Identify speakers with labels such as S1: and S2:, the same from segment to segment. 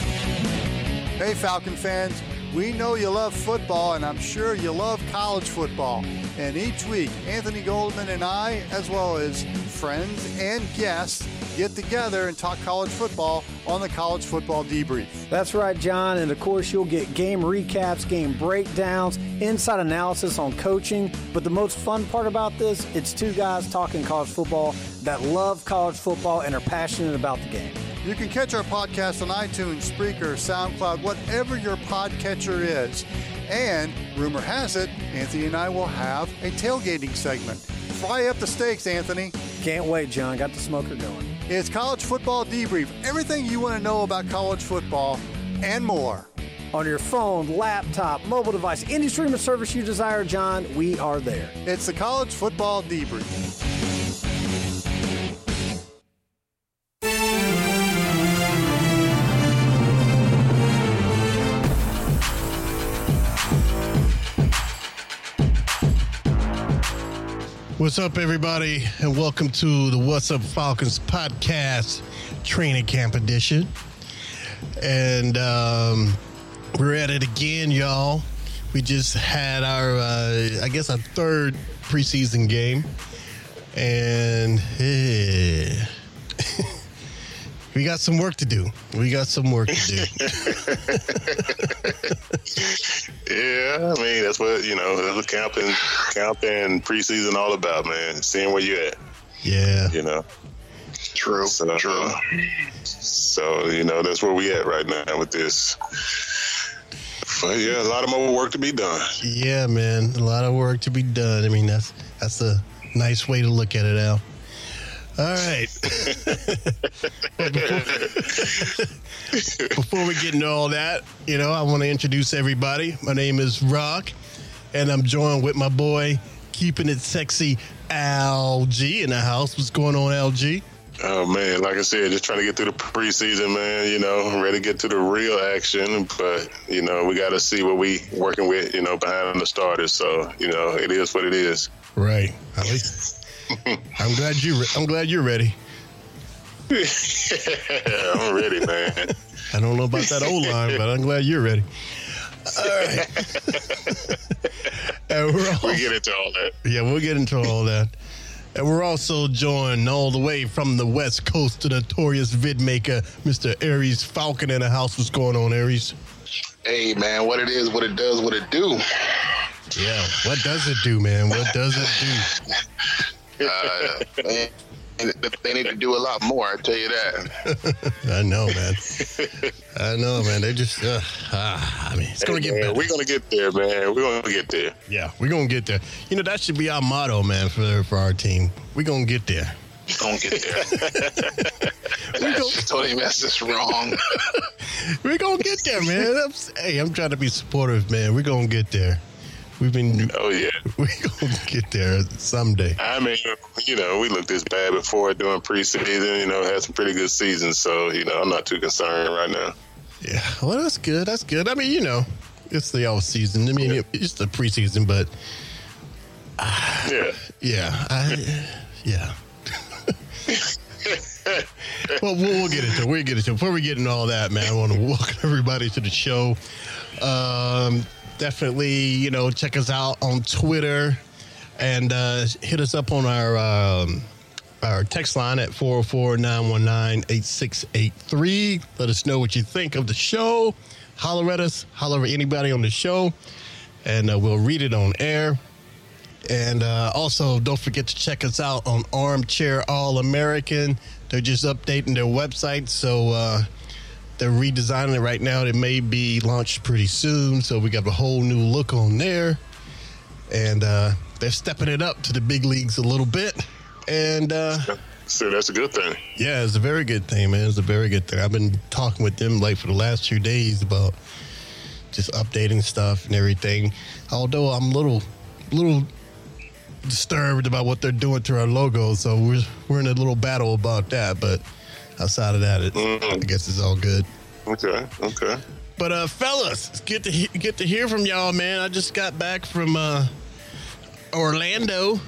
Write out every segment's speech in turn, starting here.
S1: Hey, Falcon fans, we know you love football, and I'm sure you love college football. And each week, Anthony Goldman and I, as well as friends and guests, get together and talk college football on the College Football Debrief.
S2: That's right, John. And of course, you'll get game recaps, game breakdowns, inside analysis on coaching. But the most fun part about this, it's two guys talking college football that love college football and are passionate about the game.
S1: You can catch our podcast on iTunes, Spreaker, SoundCloud, whatever your podcatcher is. And rumor has it, Anthony and I will have a tailgating segment. Fry up the stakes, Anthony.
S2: Can't wait, John. Got the smoker going.
S1: It's College Football Debrief. Everything you want to know about college football and more.
S2: On your phone, laptop, mobile device, any streaming service you desire, John, we are there.
S1: It's the College Football Debrief.
S3: What's up, everybody, and welcome to the What's Up Falcons podcast, training camp edition. And um, we're at it again, y'all. We just had our, uh, I guess, our third preseason game, and eh, we got some work to do. We got some work to do.
S4: Yeah, I mean that's what you know. That's what camping, camping preseason all about, man. Seeing where you at,
S3: yeah,
S4: you know. True. So, true. So you know that's where we at right now with this. But yeah, a lot of more work to be done.
S3: Yeah, man, a lot of work to be done. I mean, that's that's a nice way to look at it, Al. All right. Before we get into all that, you know, I want to introduce everybody. My name is Rock, and I'm joined with my boy, keeping it sexy, LG in the house. What's going on, LG?
S4: Oh man, like I said, just trying to get through the preseason, man. You know, ready to get to the real action, but you know we got to see what we working with. You know, behind the starters. So you know, it is what it is.
S3: Right. At least- I'm glad you. Re- I'm glad you're ready.
S4: I'm ready, man.
S3: I don't know about that O line, but I'm glad you're ready. All right. and we're all,
S4: We get into all that.
S3: yeah, we'll get into all that. And we're also joined all the way from the West Coast to notorious vid maker, Mr. Aries Falcon in the house. What's going on, Aries?
S5: Hey man, what it is, what it does, what it do.
S3: Yeah. What does it do, man? What does it do?
S5: Uh, man, they need to do a lot more. I tell you that.
S3: I know, man. I know, man. They just, uh, ah, I mean, it's going to get
S4: Yeah,
S3: better.
S4: We're gonna get there, man. We're gonna get there.
S3: yeah, we're going to get there. You know, that should be our motto, man, for, for our team. We're going to get there.
S5: Don't get there.
S3: We're going
S5: Tony that's just wrong.
S3: We're gonna get there, man. I'm, s- hey, I'm trying to be supportive, man. We're gonna get there. We've been,
S4: Oh yeah.
S3: we're gonna get there someday.
S4: I mean, you know, we looked this bad before during preseason. You know, had some pretty good seasons, so you know, I'm not too concerned right now.
S3: Yeah, well, that's good. That's good. I mean, you know, it's the off season. I mean, it- it's the preseason, but
S4: Yeah,
S3: yeah, I, yeah. well, we'll we'll get into it. We'll get into it. Before we get into all that, man, I want to welcome everybody to the show. Um, definitely, you know, check us out on Twitter and uh, hit us up on our um, our text line at 404-919-8683. Let us know what you think of the show. Holler at us. Holler at anybody on the show. And uh, we'll read it on air. And uh, also, don't forget to check us out on Armchair All American. They're just updating their website, so uh, they're redesigning it right now. It may be launched pretty soon, so we got a whole new look on there. And uh, they're stepping it up to the big leagues a little bit. And uh,
S4: So that's a good thing.
S3: yeah, it's a very good thing, man. It's a very good thing. I've been talking with them like for the last few days about just updating stuff and everything. Although I'm a little, little disturbed about what they're doing to our logo, so we're we're in a little battle about that. But outside of that, it, I guess it's all good.
S4: Okay. Okay.
S3: But uh, fellas, it's good to he- get to hear from y'all, man. I just got back from uh, Orlando,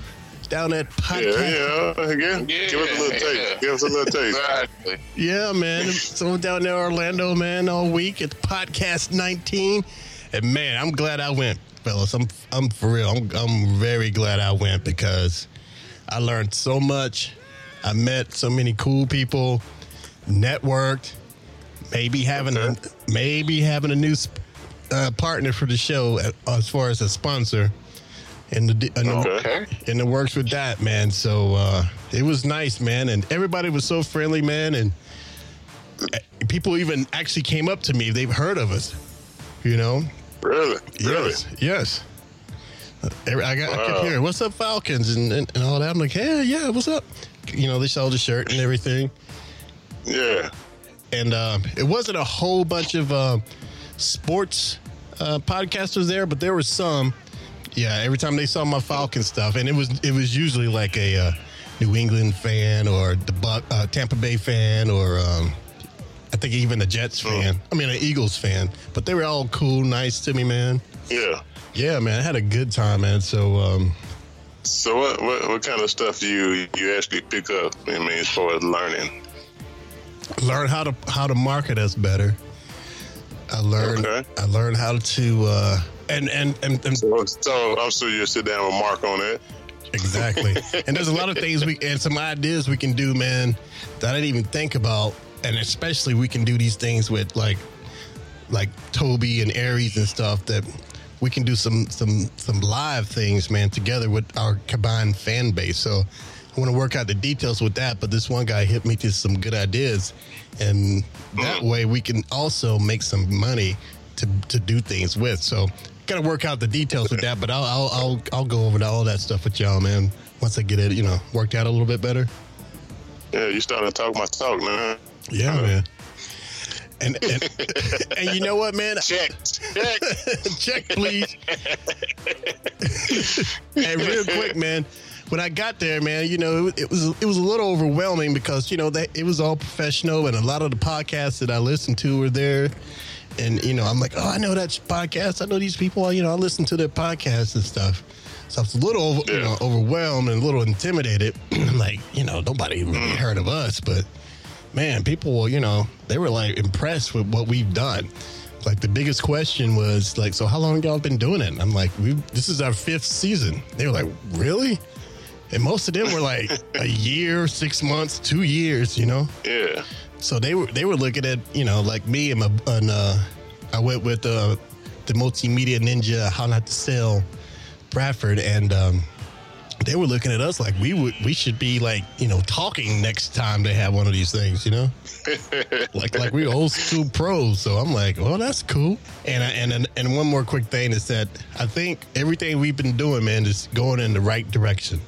S3: down at
S4: Yeah,
S3: podcast.
S4: yeah. Again,
S5: Yeah,
S4: give us a little taste.
S5: yeah.
S4: Give us a little taste.
S5: Exactly.
S3: Yeah, man. Someone down there in Orlando, man, all week. It's podcast 19. And man, I'm glad I went, fellas. I'm I'm for real. I'm I'm very glad I went because I learned so much. I met so many cool people, networked, maybe having a maybe having a new sp- uh, partner for the show uh, as far as a sponsor. And the, di- and the-
S4: Okay.
S5: Okay.
S3: and it works with that man so uh it was nice man and everybody was so friendly man and uh, people even actually came up to me they've heard of us you know
S4: Really? Really?
S3: yes yes Uh, every- I, got, I kept
S4: Wow.
S3: hearing what's up falcons and, and, and all that i'm like yeah yeah what's up you know they sold the shirt and everything
S4: Yeah.
S3: and um, it wasn't a whole bunch of uh, sports uh, podcasters there, but there were some. Yeah, every time they saw my Falcon stuff, and it was it was usually like a uh, New England fan or the Buck, uh, Tampa Bay fan or um, I think even a Jets fan. I mean, an Eagles fan. But they were all cool, nice to me, man.
S4: Yeah.
S3: Yeah, man, I had a good time, man. So um,
S4: So what, what what kind of stuff do you you actually pick up? I mean, as far as learning.
S3: learn how to how to market us better. I learned
S4: Okay.
S3: I learned how to uh, and, and and and
S4: So, so I'm sure you'll sit down with Mark on it.
S3: Exactly. and there's a lot of things we and some ideas we can do, man, that I didn't even think about. And especially we can do these things with like like Toby and Aries and stuff that we can do some some some live things, man, together with our combined fan base. So I want to work out the details with that, but this one guy hit me to some good ideas, and that way we can also make some money to to do things with. So gotta work out the details with that, but I'll I'll I'll, I'll go over to all that stuff with y'all, man. Once I get it, you know, worked out a little bit better.
S4: Yeah, you starting to talk my talk, man.
S3: Yeah, man. And, and and you know what, man?
S5: Check. Check.
S3: check, please. and real quick, man, when I got there, man, you know, it, was it was a little overwhelming because you know they, it was all professional, and a lot of the podcasts that I listened to were there. And you know, I'm like, oh, I know that podcast. I know these people. You know, I listen to their podcasts and stuff. So I was a little over, you
S4: Yeah.
S3: know, overwhelmed and a little intimidated. I'm like, you know, nobody really heard of us, but man, people were, you know, they were like impressed with what we've done. Like the biggest question was like, so how long y'all been doing it? And I'm like, we this is our fifth season. They were like, really? And most of them were like a year, six months, two years, you know.
S4: Yeah.
S3: So they were they were looking at you know like me and my and uh, I went with uh, the multimedia ninja how not to sell Bradford and um, they were looking at us like we would we should be like you know talking next time they have one of these things you know like like we old school pros so I'm like well that's cool and I, and and- and one more quick thing is that I think everything we've been doing man is going in the right direction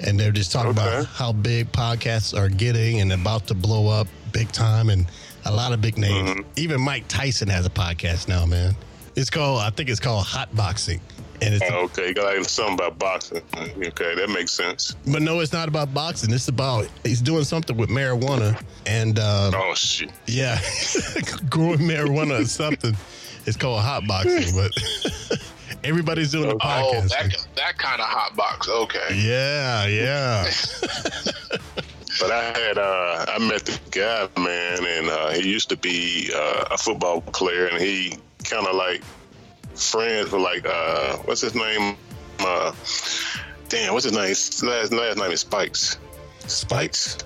S3: and they're just talking about
S4: Okay.
S3: how big podcasts are getting and about to blow up big time and a lot of big names. Even Mike Tyson has a podcast now, man. It's called I think it's called Hot Boxing. And it's
S4: Okay, you got like something about boxing. Okay, that makes sense.
S3: but no, it's not about boxing. It's about he's doing something with marijuana and uh,
S4: Oh shit.
S3: yeah, growing marijuana or something. It's called hot boxing, but everybody's doing the
S5: Oh,
S3: podcast.
S5: that, that kind of hot box. Okay.
S3: yeah, yeah.
S4: But I had uh, I met this guy, man, and uh, he used to be uh, a football player, and he kind of like friends with like uh, what's his name? Uh, damn, what's his name? His last, last name is Spikes.
S3: Spikes?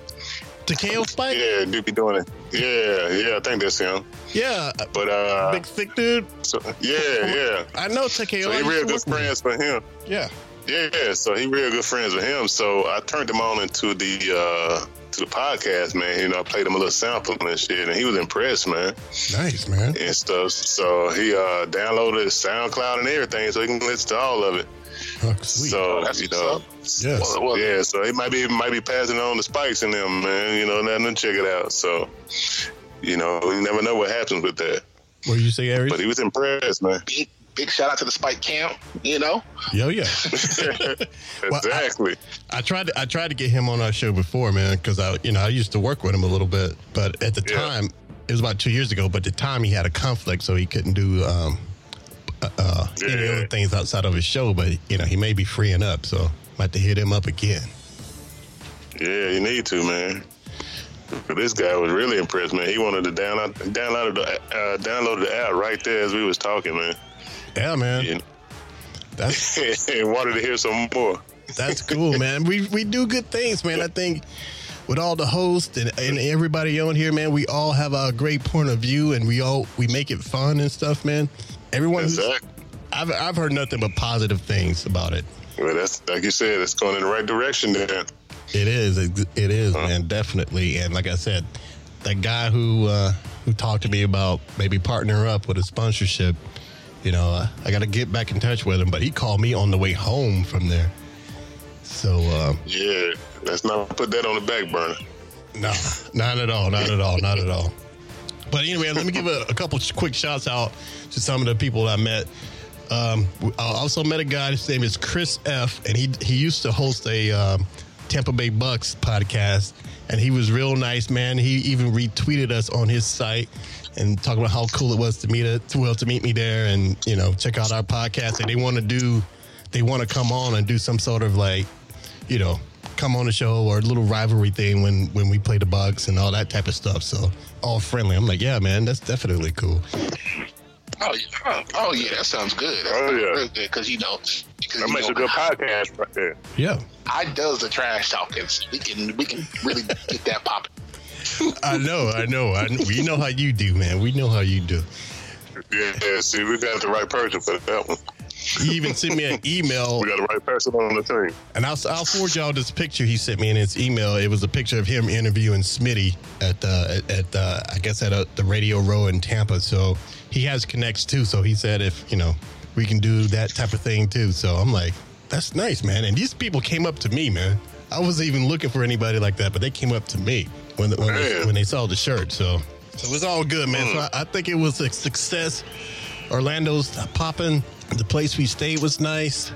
S3: The kale spike?
S4: Yeah, dude, be doing it. Yeah, yeah, I think that's him.
S3: Yeah.
S4: But uh,
S3: Big thick dude.
S4: so, yeah, yeah.
S3: I know TKO.
S4: So
S3: I
S4: he
S3: used to
S4: real good
S3: work with him.
S4: friends for him.
S3: Yeah.
S4: Yeah, so he real good friends with him. So I turned him on into the uh, to the podcast, man. You know, I played him a little sample and shit, and he was impressed, man,
S3: Nice, man.
S4: and stuff. So he uh, downloaded his SoundCloud and everything, so he can listen to all of it.
S3: Fuck, sweet.
S4: So
S5: Oh, that's
S4: you
S5: what's
S4: know,
S5: up.
S3: Yes.
S4: well, well, yeah. So he might be might be passing on the spikes in them, man. You know, let them check it out. So you know, you never know what happens with that.
S3: what do you say, Aries?
S4: But he was impressed, man.
S5: Big, big shout out to the Spike Camp. You know,
S3: Yo, yeah. I-
S4: exactly.
S3: I tried. To, I tried to get him on our show before, man, because I, you know, I used to work with him a little bit, but at the
S4: Yeah.
S3: time, it was about two years ago. But at the time, he had a conflict, so he couldn't do um, uh, uh, any
S4: Yeah.
S3: other things outside of his show. But you know, he may be freeing up, so I have to hit him up again.
S4: Yeah, you need to, man. But This guy was really impressed, man. He wanted to download download the uh, download the app right there as we was talking, man.
S3: Yeah, man,
S4: And,
S3: that's
S4: and wanted to hear some more.
S3: that's cool, man. We we do good things, man. I think with all the hosts and, and everybody on here, man, we all have a great point of view, and we all we make it fun and stuff, man. Everyone, who's-
S4: Exactly.
S3: I've I've heard nothing but positive things about it.
S4: Well, that's like you said, it's going in the right direction. Then,
S3: It is. It it is, man. Definitely. And like I said, that guy who uh, who talked to me about maybe partnering up with a sponsorship, you know, I, I got to get back in touch with him. But he called me on the way home from there. So uh,
S4: yeah, let's not put that on the back burner.
S3: no, not at all. Not at all. Not at all. But anyway, let me give a, a couple sh- quick shouts out to some of the people that I met. Um, I also met a guy. His name is Chris F, and he he used to host a um, Tampa Bay Bucks podcast, and he was real nice, man. He even retweeted us on his site and talking about how cool it was to meet a, to well to meet me there, and you know check out our podcast. And they want to do, they want to come on and do some sort of like, you know, come on the show or a little rivalry thing when when we play the Bucks and all that type of stuff. So all friendly. I'm like, yeah, man, that's definitely cool.
S5: oh yeah, oh yeah, that sounds good. That
S4: Oh,
S5: sounds
S4: yeah.
S5: real good because you know, because
S4: That makes a good podcast right there.
S3: Yeah.
S5: I does the trash talking. so We can we can really get that popping.
S3: I know, I know. I, we know how you do, man. We know how you do.
S4: Yeah, see, we got the right person for that one.
S3: He even sent me an email,
S4: We got the right person on the team.
S3: and I'll, I'll forward y'all this picture he sent me in his email. It was a picture of him interviewing Smitty at the at, at the I guess at a, the Radio Row in Tampa. So he has connects too. So he said if you know we can do that type of thing too. So I'm like, that's nice, man. And these people came up to me, man. I wasn't even looking for anybody like that, but they came up to me when the, when, they,
S4: Man.
S3: when they saw the shirt. So so it's all good, man. So I, I think it was a success. Orlando's popping. The place we stayed was nice.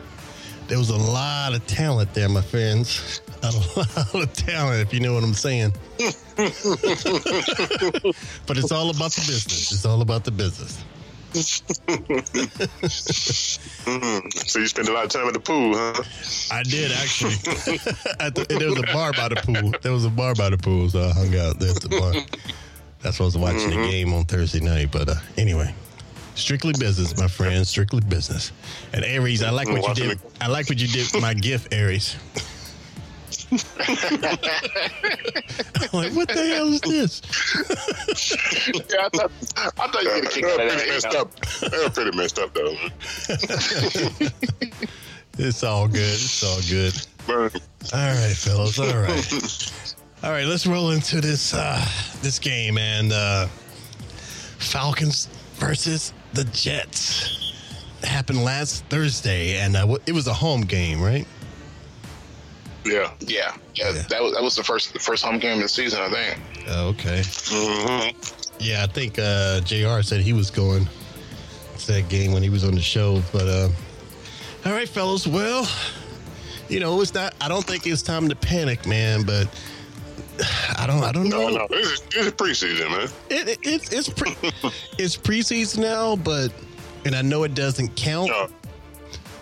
S3: There was a lot of talent there, my friends. A lot of talent, if you know what I'm saying. but it's all about the business. It's all about the business.
S4: Mm-hmm. So you spend a lot of time at the pool, huh?
S3: I did actually. At the- there was a bar by the pool. There was a bar by the pool, so I hung out there at the bar. That's why I was watching the game on Thursday night. But uh, anyway, strictly business, my friend. Strictly business. And Aries, I like what you
S4: Watching
S3: did. I like what you did. with My gift, Aries. I'm like, what the hell is this?
S5: Yeah, I thought, I thought you
S4: That
S5: would
S4: was
S5: kick out of
S4: pretty
S5: that.
S4: messed up. That was pretty messed up, though.
S3: It's all good. It's all good.
S4: Man.
S3: All right, fellas. All right. all right, let's roll into this uh this game and uh Falcons versus the Jets. It happened last Thursday and uh, it was a home game, right?
S4: Yeah.
S5: Yeah, yeah,
S3: Yeah.
S5: That was that was the first the first home game of the season, I think.
S3: Oh, okay.
S4: hmm
S3: Yeah, I think uh JR said he was going to that game when he was on the show, but uh All right, fellas. Well, you know, it's not I don't think it's time to panic, man, but I don't I don't
S4: No,
S3: know.
S4: no, this is, this is preseason, man.
S3: it, it, it's it's pre, it's preseason now, but and I know it doesn't count,
S4: No,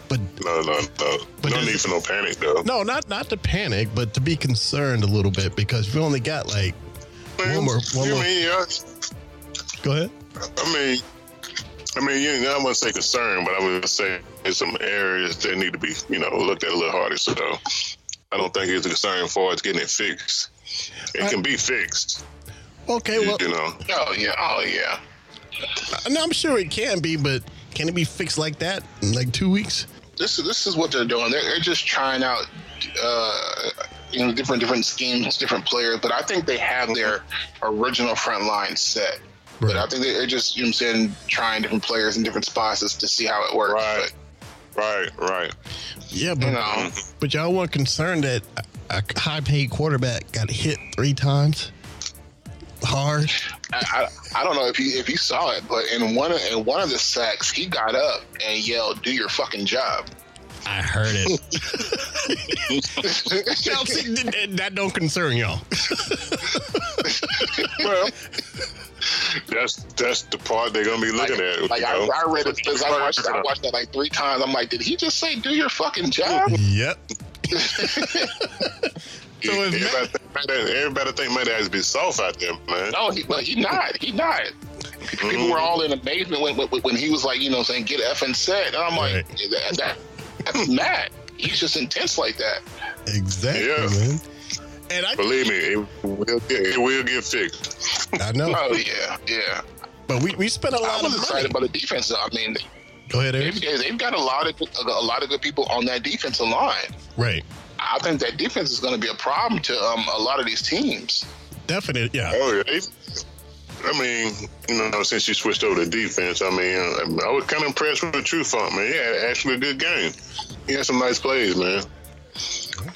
S3: but
S4: no, no, no.
S3: But
S4: no
S3: does-
S4: need for no panic, though.
S3: no, not not to panic, but to be concerned a little bit because we only got like one more- one
S4: you
S3: more.
S4: mean, yeah,
S3: go ahead.
S4: I mean, I mean, you know, I wouldn't say concern, but I would say there's some areas that need to be, you know, looked at a little harder. So I don't think it's a concern for it's getting it fixed. It
S3: I-
S4: can be fixed,
S3: Okay, well,
S4: you know.
S5: Oh yeah, oh yeah.
S3: no, I'm sure it can be, but can it be fixed like that in like two weeks?
S5: this is this is what they're doing. They're, they're just trying out, uh, you know, different different schemes, different players. But I think they have their original front line set. But I think they're just, you know, what I'm saying, trying different players in different spots just to see how it works.
S4: Right. Right, right.
S3: Yeah,
S5: But,
S3: but
S5: you know,
S3: but y'all weren't concerned that a a high-paid quarterback got hit three times hard.
S5: I, I, I don't know if you if you saw it, but in one of, in one of the sacks, he got up and yelled, "Do your fucking job."
S3: I heard it. Y'all see, th- th- that don't concern y'all.
S4: Well, that's that's the part they're gonna be looking at. you
S5: Like I,
S4: know?
S5: I read it, 'cause I watched, I watched that like three times. I'm like, did he just say, "Do your fucking job"?
S3: Yep. so if Matt-
S4: Everybody think, Matt- everybody think Matt has to be soft out there, man. Mm-hmm.
S5: No, he, but he not. He not.
S3: Mm-hmm.
S5: People were all in amazement when, when, when he was like, you know, saying get effing set, and I'm like,
S3: Right.
S5: that, that, that's Matt. He's just intense like that.
S3: exactly,
S4: Yeah.
S3: man. And I,
S4: Believe me, it will get it will get fixed.
S3: I know,
S5: Oh yeah, yeah.
S3: but we, we spent a
S5: I
S3: lot of
S5: was
S3: money.
S5: excited about the defense. though. I mean,
S3: Go ahead,
S5: they've,
S3: Eric.
S5: they've got a lot of a lot of good people on that defensive line.
S3: Right.
S5: I think that defense is going to be a problem to um, a lot of these teams.
S3: Definite. Yeah.
S4: Oh yeah. I mean, you know, since you switched over to defense, I mean, uh, I was kind of impressed with the True Funk, man. He had actually a good game. He had some nice plays, man.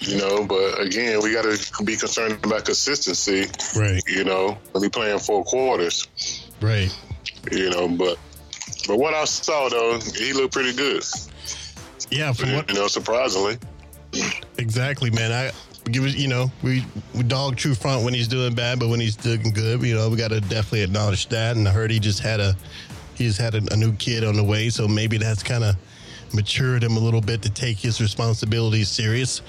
S4: You know, but again, we got to be concerned about consistency.
S3: Right.
S4: You know, when we playing four quarters,
S3: Right.
S4: you know, but but what I saw though, he looked pretty good.
S3: Yeah. From what
S4: You know, surprisingly.
S3: Exactly, man. I give it. You know, we, we dog True Front when he's doing bad, but when he's doing good, you know, we got to definitely acknowledge that. And I heard he just had a he just had a, a new kid on the way, so maybe that's kind of matured him a little bit to take his responsibilities serious.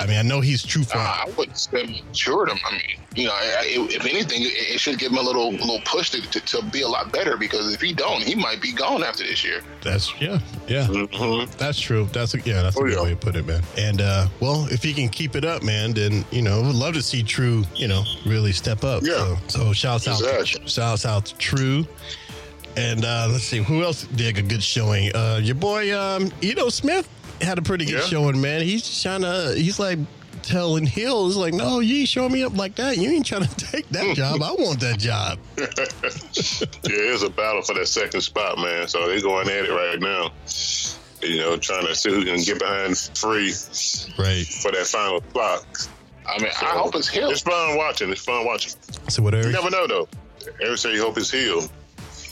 S3: I mean, I know he's True Front.
S5: I wouldn't say matured him. I mean, you know, I- I- if anything, it, it should give him a little little push to, to, to be a lot better because if he don't, he might be gone after this year.
S3: That's yeah, yeah.
S4: Mm-hmm.
S3: That's true. That's a, yeah. That's a
S4: Oh,
S3: good
S4: yeah.
S3: way to put it, man. And uh, well, if he can keep it up, man, then you know, would love to see True, you know, really step up.
S4: Yeah.
S3: So, so shouts out,
S4: Exactly.
S3: shouts out to True. And uh, let's see who else did a good showing. Uh, your boy um, Edo Smith had a pretty good
S4: Yeah.
S3: showing, man. He's trying to. He's like telling Hill, "Is like, no, you ain't showing me up like that. You ain't trying to take
S4: Hmm.
S3: that job. I want that job."
S4: Yeah, it's a battle for that second spot, man. So they're going at it right now. You know, trying to see who can get behind free
S3: Right.
S4: for that final spot.
S5: I mean, I hope it's Hill.
S4: It's fun watching. It's fun watching.
S3: So what,
S4: You
S3: Eric?
S4: never know though. Every say you hope it's healed.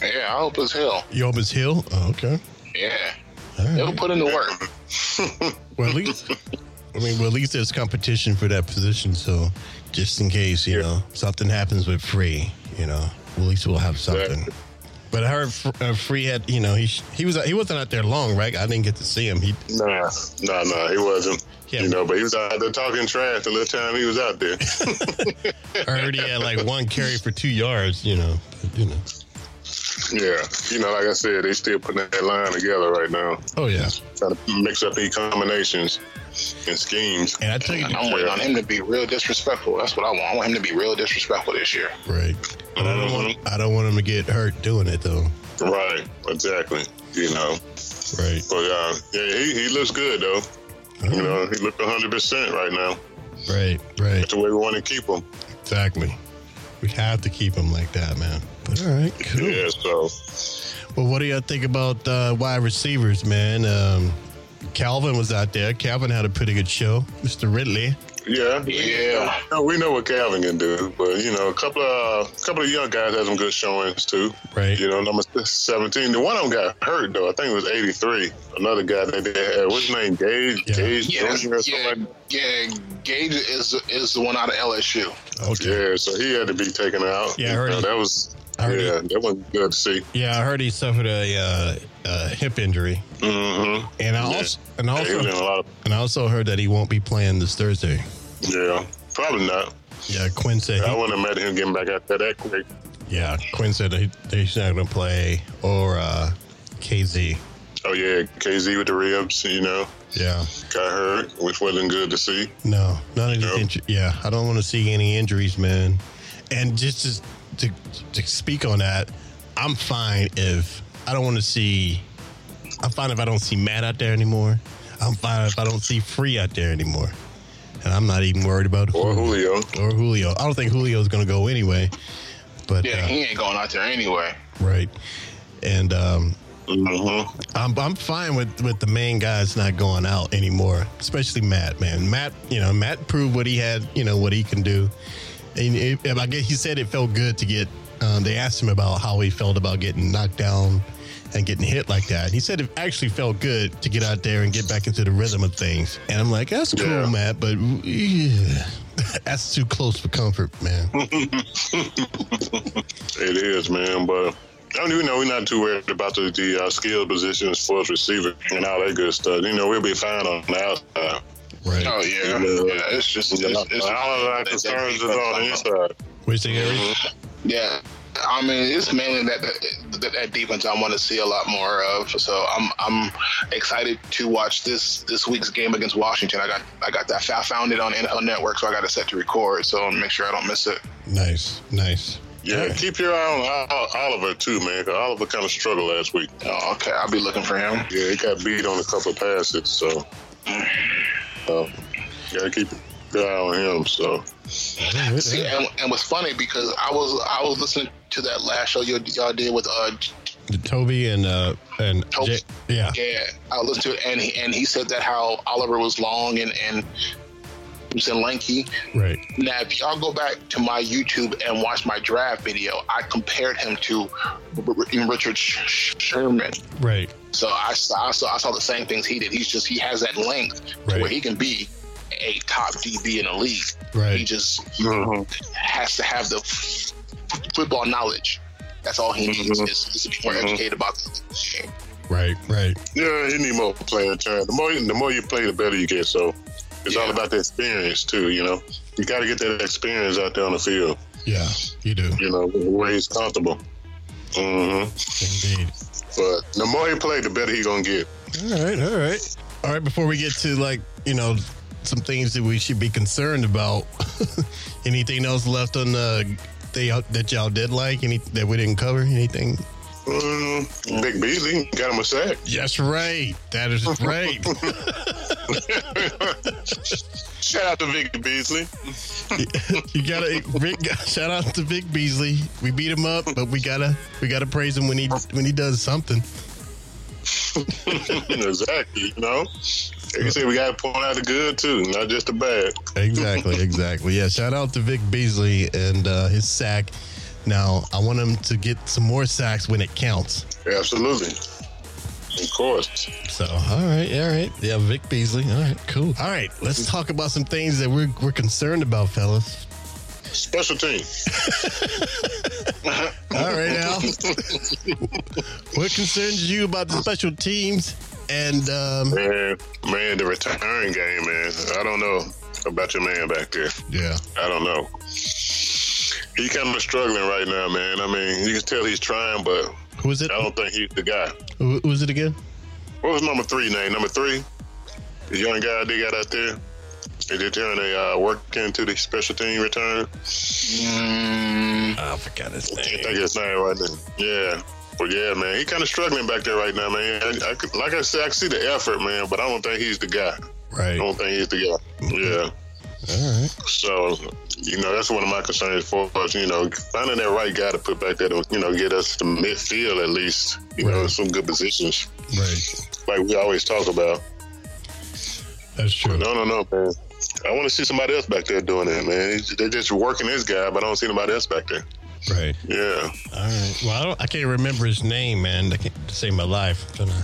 S5: Yeah, I hope it's Hill.
S3: You hope it's Hill? Oh, okay.
S5: Yeah,
S3: All right.
S5: he'll put in the work.
S3: Well, at least, I mean, well, at least there's competition for that position. So, just in case, you know, something happens with Free, you know, at least we'll have something.
S4: Exactly.
S3: But I heard Fr- uh, Free had, you know, he sh- he was he wasn't out there long, right? I didn't get to see him. He
S4: Nah, nah, nah. He wasn't.
S3: Yeah.
S4: You know, but he was out there talking trash the little time he was out there.
S3: I heard he had like one carry for two yards, you know. But, you know.
S4: yeah. You know, like I said, they still putting that line together right now,
S3: Oh yeah,
S4: trying to mix up these combinations and schemes.
S3: and I tell you,
S5: I'm waiting on him to be real disrespectful. That's what I want. I want him to be real disrespectful this year.
S3: right? But I don't want I don't want him to get hurt doing it though,
S4: Right. Exactly. You know.
S3: right?
S4: But uh, yeah, he, he looks good though. You know, he looked 100 percent right now.
S3: Right, right.
S4: That's the way we want to keep him.
S3: Exactly. We have to keep him like that, man. But all right, cool.
S4: Yeah. So
S3: Well, what do y'all think about uh, wide receivers, man? Um, Calvin was out there. Calvin had a pretty good show. Mr. Ridley.
S4: yeah,
S5: Yeah.
S4: No, we know what Calvin can do, but you know, a couple of uh, couple of young guys had some good showings too.
S3: Right.
S4: You know, number seventeen. The one of them got hurt though. I think it was eighty three. Another guy that they had. What's his name? Gage.
S3: Yeah.
S4: Gage
S5: Yeah, that's-
S4: Jr. or something
S5: yeah,
S4: like that.
S5: yeah. Gage is is the one out of LSU.
S3: Okay.
S4: Yeah, so he had to be taken out.
S3: Yeah, I heard
S4: You know,
S3: he-
S4: that was.
S3: I heard
S4: yeah, that wasn't good to see.
S3: Yeah, I heard he suffered a, uh, a hip injury,
S4: Mm-hmm.
S3: and I also and I
S4: Yeah, he was in a
S3: also
S4: lot of.
S3: and I also heard that he won't be playing this Thursday.
S4: Yeah, probably not.
S3: Yeah, Quinn said.
S4: I
S3: He,
S4: wouldn't have met him getting back out there that quick.
S3: yeah, Quinn said that he, that he's not going to play or uh, KZ.
S4: Oh yeah, KZ with the ribs, you know,
S3: Yeah.
S4: got hurt, which wasn't good to see.
S3: No, none of these.
S4: Nope.
S3: Inju- yeah, I don't want to see any injuries, man. And just to, to to speak on that, I'm fine if I don't want to see I'm fine if I don't see Matt out there anymore. I'm fine if I don't see Free out there anymore. And I'm not even worried about
S4: Or Julio.
S3: Or Julio. I don't think Julio's going to go anyway. But
S5: Yeah, he ain't going out there anyway.
S3: uh, right. And um,
S4: Mm-hmm.
S3: I'm, I'm fine with, with the main guys not going out anymore, especially Matt, man. Matt, you know, Matt proved what he had, you know, what he can do. And it, and I guess he said it felt good to get, um, they asked him about how he felt about getting knocked down and getting hit like that. And he said it actually felt good to get out there and get back into the rhythm of things. And I'm like, that's cool,
S4: Yeah.
S3: Matt, but yeah, that's too close for comfort, man.
S4: It is, man. But I mean, you know, we're not too worried about the, the uh, skill positions for us receiver and all that good stuff. You know, we'll be fine on the outside.
S3: Right.
S5: Oh yeah,
S4: Yeah.
S5: yeah. It's just it's, it's,
S4: all of our concerns is on the inside.
S3: What do you think, Eric?
S5: Yeah, I mean it's mainly that that, that defense I want to see a lot more of. So I'm I'm excited to watch this this week's game against Washington. I got I got that I found it on NFL Network, so I got it set to record. So I'll make sure I don't miss it.
S3: Nice, nice.
S4: Yeah, keep your eye on Ol- Ol- Oliver too, man. 'cause Oliver kind of struggled last week.
S5: Oh, okay, I'll be looking for him.
S4: Yeah, he got beat on a couple of passes, so uh, gotta keep your eye on him. So
S5: See, and, and what's funny because I was I was listening to that last show you, y'all did with uh
S3: Toby and uh and
S5: Toby.
S3: J- yeah.
S5: yeah I listened to it and he, and he said that how Oliver was long and and he was lanky
S3: Right.
S5: Now, if y'all go back to my YouTube and watch my draft video, I compared him to R- R- Richard Sh- Sherman.
S3: Right.
S5: So I saw, I saw I saw the same things he did. He's just he has that length to
S3: Right.
S5: where he can be a top DB in the league.
S3: Right.
S5: He just has to have the f- football knowledge. That's all he needs is, is to be more educated about the game.
S3: Right. Right.
S4: yeah, he need more playing time. The more the more you play, the better you get. So it's all
S5: Yeah.
S4: about the experience too. You know, you got to get that experience out there on the field.
S3: Yeah. You do.
S4: You know, where he's comfortable. hmm
S3: Indeed.
S4: But the more he play, the better he gonna get.
S3: All right. All right. All right. Before we get to like you know some things that we should be concerned about, anything else left on the they that y'all did like any that we didn't cover anything?
S4: Mm, Big Beasley got him a sack.
S3: Yes, right. That is right.
S4: Shout out to Vic Beasley.
S3: you gotta Rick, shout out to Vic Beasley. We beat him up, but we gotta we gotta praise him when he when he does something.
S4: exactly. You know, like you said, we got to point out the good too, not just the bad.
S3: Exactly, exactly. Yeah, shout out to Vic Beasley and uh, his sack. Now, I want him to get some more sacks when it counts.
S4: Absolutely. Of course.
S3: So, all right, all right. Yeah, Vic Beasley. All right, cool. All right, let's talk about some things that we're, we're concerned about, fellas.
S4: Special team.
S3: All right, Al. what concerns you about the special teams? And, um,
S4: Man, man, the return game, man. I don't know about your man back there.
S3: yeah,
S4: I don't know. He kind of struggling right now, man. I mean, you can tell he's trying, but
S3: who was it?
S4: I don't think he's the guy.
S3: Who who was it again?
S4: What was number three name? Number three, the young guy they got out there. They did turn a uh, work into the special team return.
S5: Mm,
S3: I forgot his
S4: I think his name right now. Yeah. But yeah, man, he kind of struggling back there right now, man. I, I could- like I said, I can see the effort, man, but I don't think he's the guy. I
S3: Right. All
S4: don't think he's the guy. Yeah.
S3: right.
S4: So, you know, that's one of my concerns for us, you know, finding that right guy to put back there to, you know, get us to midfield at least, you know, in
S3: Right.
S4: some good positions,
S3: Right.
S4: like we always talk about.
S3: That's true.
S4: No, no, no, man. I want to see somebody else back there doing that, man. He's- They're just working this guy, but I don't see nobody else back there.
S3: Right.
S4: Yeah.
S3: All right. Well, I, don't, I can't remember his name, man. I can't to save my life. I'm trying to.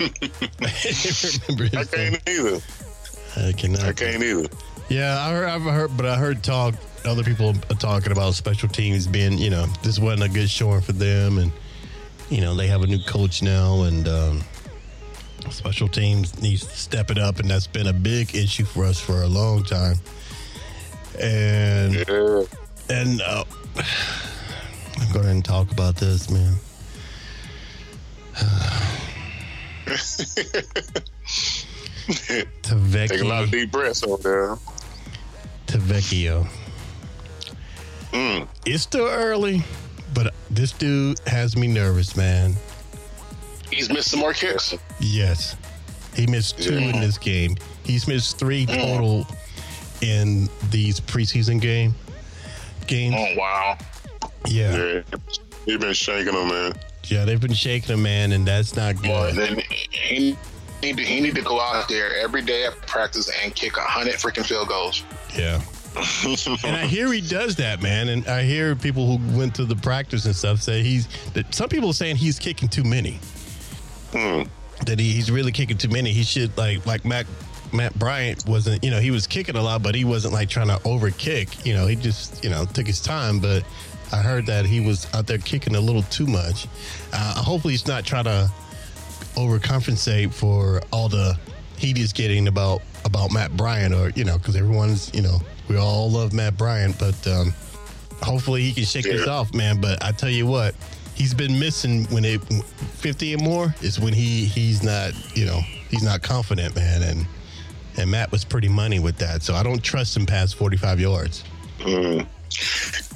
S3: I can't remember
S4: I
S3: his name.
S4: can't either.
S3: I cannot.
S4: I can't either.
S3: Yeah, I heard, I've heard, but I heard talk other people are talking about special teams being, you know, this wasn't a good showing for them, and you know they have a new coach now, and um, special teams needs to step it up, and that's been a big issue for us for a long time. And
S4: Yeah.
S3: and uh, I'm going to talk about this, man.
S4: Take a lot of
S3: Tavecchio.
S4: deep breaths over there.
S3: Tavecchio.
S4: Mm.
S3: It's still early, but this dude has me nervous, man.
S5: he's missed some more kicks.
S3: Yes. He missed two
S5: Yeah.
S3: in this game. He's missed three
S4: Mm.
S3: total in these preseason game games.
S4: Mm.
S5: Oh wow.
S3: Yeah.
S4: Yeah. You've been shaking them, man.
S3: Yeah, they've been shaking him, man, and that's not
S5: Well,
S3: good.
S5: then he need to he need to go out there every day at practice and kick a hundred freaking field goals.
S3: Yeah. And I hear he does that, man. And I hear people who went to the practice and stuff say he's that some people are saying he's kicking too many. That he, he's really kicking too many. He should like like Mac Matt Bryant wasn't, you know, he was kicking a lot, but he wasn't like trying to over kick. You know, he just, you know, took his time. But I heard that he was out there kicking a little too much. Uh, hopefully he's not trying to overcompensate for all the heat he's getting about about Matt Bryant, or you know, because everyone's you know we all love Matt Bryant, but um, hopefully he can shake this
S4: Yeah.
S3: off, man. But I tell you what, he's been missing when it fifty and more is when he he's not you know he's not confident, man, and and Matt was pretty money with that, so I don't trust him past forty five yards.
S4: Mm.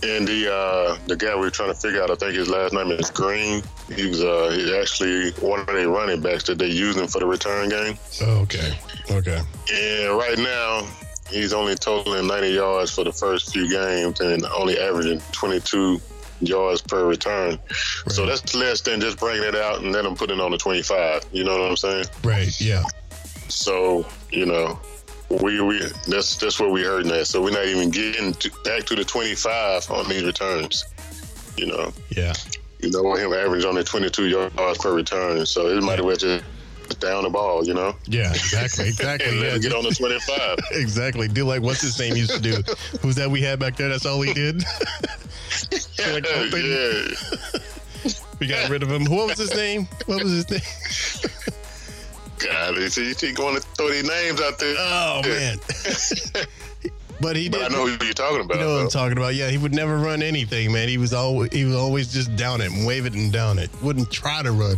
S4: And the uh, the guy we are trying to figure out, I think his last name is Green. He was uh, he's actually one of the running backs that they using for the return game.
S3: Okay, okay,
S4: And right now, he's only totaling 90 yards for the first few games and only averaging 22 yards per return. So
S3: Right.
S4: that's less than just bringing it out and then I'm putting on the 25. You know what I'm saying?
S3: right, yeah,
S4: So you know, we we that's that's where we heard that. So we're not even getting to, back to the 25 on these returns. You know,
S3: yeah.
S4: you know him average only 22 yards per return. So it might as well just down the ball. You know,
S3: Yeah, exactly, exactly.
S4: and let
S3: yeah,
S4: him get
S3: just-
S4: on the 25.
S3: Exactly. Do like what's his name used to do? Who's that we had back there? That's all he did.
S4: yeah,
S3: Like open.
S4: yeah.
S3: we got rid of him. What was his name? What was his name?
S4: God, see, you keep going to throw these names out there.
S3: Oh man. but he did.
S4: but I know who you're talking about.
S3: you know what I'm
S4: though.
S3: talking about. Yeah, he would never run anything, man. He was always he was always just down it, and wave it and down it. Wouldn't try to run.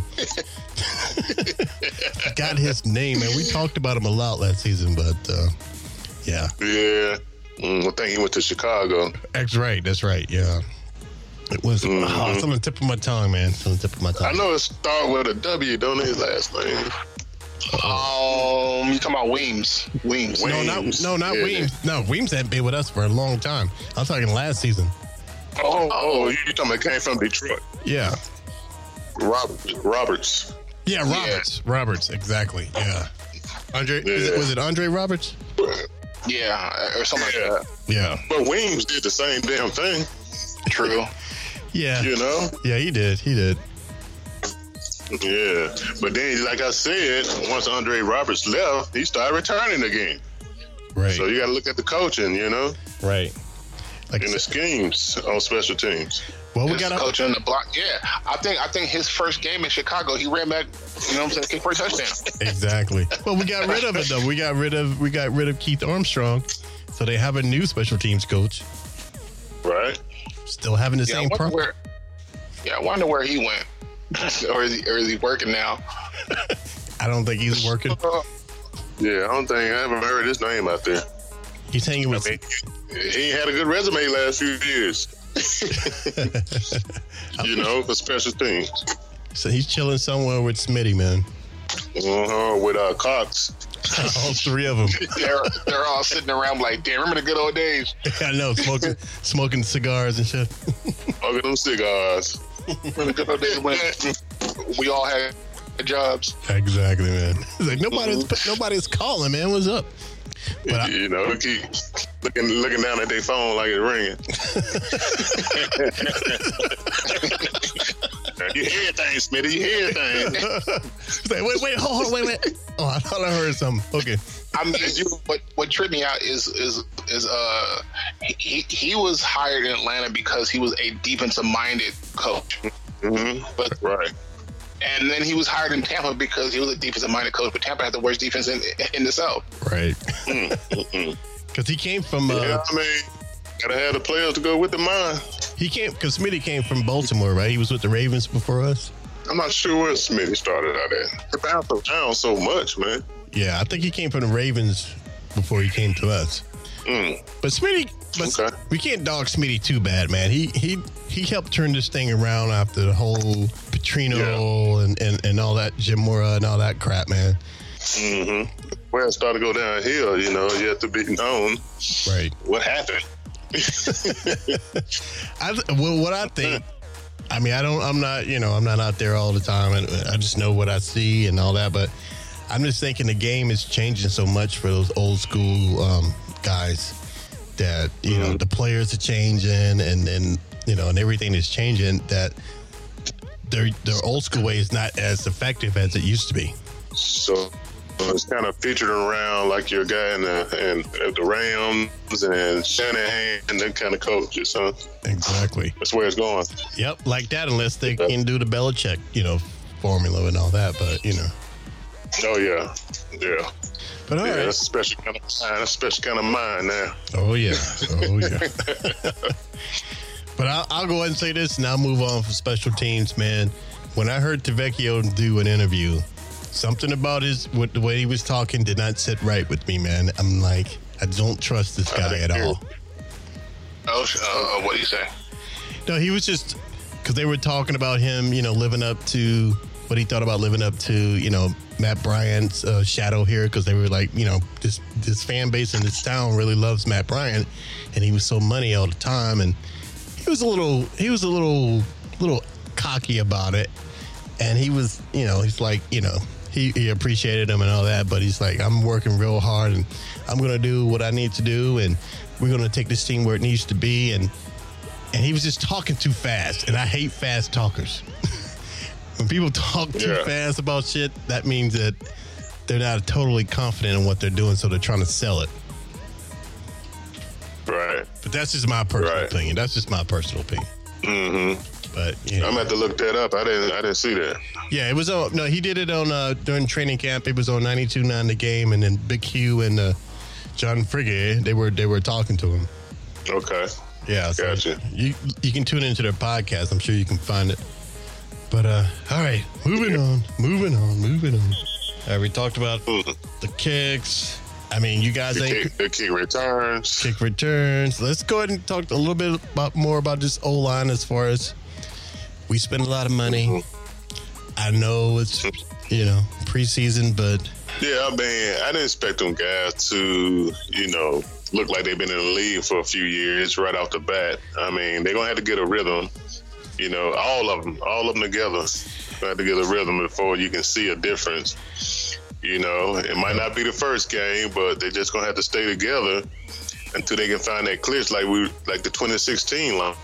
S3: got his name, man. We talked about him a lot last season, but uh, yeah.
S4: yeah. Mm, I think he went to Chicago.
S3: That's right. That's right. Yeah. It was oh,
S4: Mhm.
S3: it's on the tip of my tongue, man. It's on the tip of my tongue.
S4: I know it start with a W, don't it? His last name.
S5: Um, you talking about Weems? Weems.
S4: Weems.
S3: No, not no, not
S4: Yeah.
S3: Weems. No, Weems hadn't been with us for a long time. I'm talking last season.
S4: Oh, oh, you talking about came from Detroit?
S3: Yeah,
S4: Robert, Roberts.
S3: yeah, Roberts, Roberts, exactly. Yeah, Andre Is it,
S4: Yeah.
S3: was it Andre Roberts?
S5: Yeah, or something like
S4: Yeah,
S5: that.
S3: Yeah,
S4: but Weems did the same damn thing.
S5: True.
S3: yeah,
S4: You know?
S3: yeah. He did. He did.
S4: Yeah. But then, like I said, once Andre Roberts left, he started returning again.
S3: Right.
S4: So you got to look at the coaching, you know,
S3: right. Like
S4: and the schemes on special teams.
S3: well, we
S5: His
S3: got a,
S5: coaching the block. Yeah, I think I think his first game in Chicago, he ran back. You know what I'm saying? Kick for a touchdown.
S3: exactly. Well, we got rid of it though. We got rid of we got rid of Keith Armstrong. So they have a new special teams coach.
S4: Right.
S3: Still having the
S5: Yeah, I
S3: same
S5: wonder
S3: problem.
S5: where. Yeah, I wonder where he went. or is he, or is he working now?
S3: I don't think he's working.
S4: Yeah, I don't think I haven't heard his name out there.
S3: He's hanging with.
S4: He ain't had a good resume last few years. you know, for special teams.
S3: so he's chilling somewhere with Smitty, man.
S4: Uh-huh, with uh, Cox.
S3: All three of them.
S5: They're they're all sitting around like, damn, remember the good old days?
S3: I know smoking smoking cigars and shit.
S4: Smoking them cigars.
S5: Remember the good old days when we all had jobs.
S3: Exactly, man. It's like nobody's
S4: Mm-hmm.
S3: nobody's calling, man. What's up? But I,
S4: you know, keep looking looking down at their phone like it's ringing. you hear things, Smitty. You hear things.
S3: it's like, wait, wait, hold on, wait, wait. Oh, I thought I heard something. Okay,
S5: I mean, you, what what tripped me out is is is uh he he was hired in Atlanta because he was a defensive minded coach,
S4: Mm-hmm.
S5: but
S4: Right.
S5: and then he was hired in Tampa because he was a defensive minded coach, but Tampa had the worst defense in in the South.
S3: right.
S4: mm-mm.
S3: Because he came from
S4: yeah,
S3: uh,
S4: I mean, gotta have the players to go with the mind.
S3: he came because Smitty came from Baltimore, right? He was with the Ravens before us.
S4: I'm not sure where Smitty started out at. It bounced around so much, man.
S3: Yeah, I think he came from the Ravens before he came to us.
S4: Mm.
S3: But Smitty, but
S4: Okay.
S3: we can't dog Smitty too bad, man. He he he helped turn this thing around after the whole Petrino and, and, and all that Jim Mora and all that crap, man.
S4: hmm Well, it started to go downhill. You know, you have to be known
S3: Right.
S4: what happened.
S3: I th- well, what I think. I mean, I don't. I'm not. You know, I'm not out there all the time, and I just know what I see and all that. But I'm just thinking the game is changing so much for those old school um, guys that you know the players are changing, and and you know, and everything is changing. That their their old school way is not as effective as it used to be.
S4: So it's kind of featured around like your guy in the in, at the Rams and Shanahan and that kind of coaches. Huh?
S3: Exactly.
S4: That's where it's going.
S3: Yep, like that. Unless they can do the Belichick, you know, formula and all that. But you know.
S4: Oh yeah, yeah.
S3: But all
S4: yeah,
S3: right.
S4: that's a special kind of mind. That's a special kind of mind now.
S3: Oh yeah, oh yeah. but I'll, I'll go ahead and say this, and I'll move on for special teams, man. When I heard Tavecchio do an interview, something about his what, the way he was talking did not sit right with me, man. I'm like, I don't trust this guy at all.
S5: Oh, sh- uh, what do you say?
S3: No, he was just because they were talking about him, you know, living up to what he thought about living up to, you know, Matt Bryant's uh, shadow here because they were like, you know, this this fan base in this town really loves Matt Bryant, and he was so money all the time, and he was a little he was a little little cocky about it, and he was, you know, he's like, you know. He, he appreciated him and all that, but he's like, I'm working real hard and I'm gonna do what I need to do, and we're gonna take this team where it needs to be, and and he was just talking too fast, and I hate fast talkers. when people talk too
S4: Yeah.
S3: fast about shit, that means that they're not totally confident in what they're doing, so they're trying to sell it.
S4: Right.
S3: But that's just my personal
S4: Right.
S3: opinion. That's just my personal opinion.
S4: Mm-hmm.
S3: But you know.
S4: I'm gonna have to look that up. I didn't. I didn't see that.
S3: yeah, it was on. No, he did it on uh, during training camp. It was on 92.9 the game, and then Big Hugh and uh, John Frigge they were they were talking to him.
S4: Okay.
S3: Yeah, so
S4: Gotcha.
S3: You you can tune into their podcast. I'm sure you can find it. But uh, all right, moving on, moving on, moving on. All right, we talked about
S4: Mm.
S3: the kicks. I mean, you guys
S4: The
S3: ain't
S4: kick, the kick returns.
S3: kick returns. Let's go ahead and talk a little bit about more about this O line as far as we spend a lot of money. I know it's you know preseason, but
S4: Yeah, I mean, I didn't expect them guys to, you know, look like they've been in the league for a few years right off the bat. I mean, they're gonna have to get a rhythm. You know, all of them, all of them together, Gonna have to get a rhythm before you can see a difference. You know, it might not be the first game, but they're just gonna have to stay together until they can find that clinch, like we, like the 2016 line.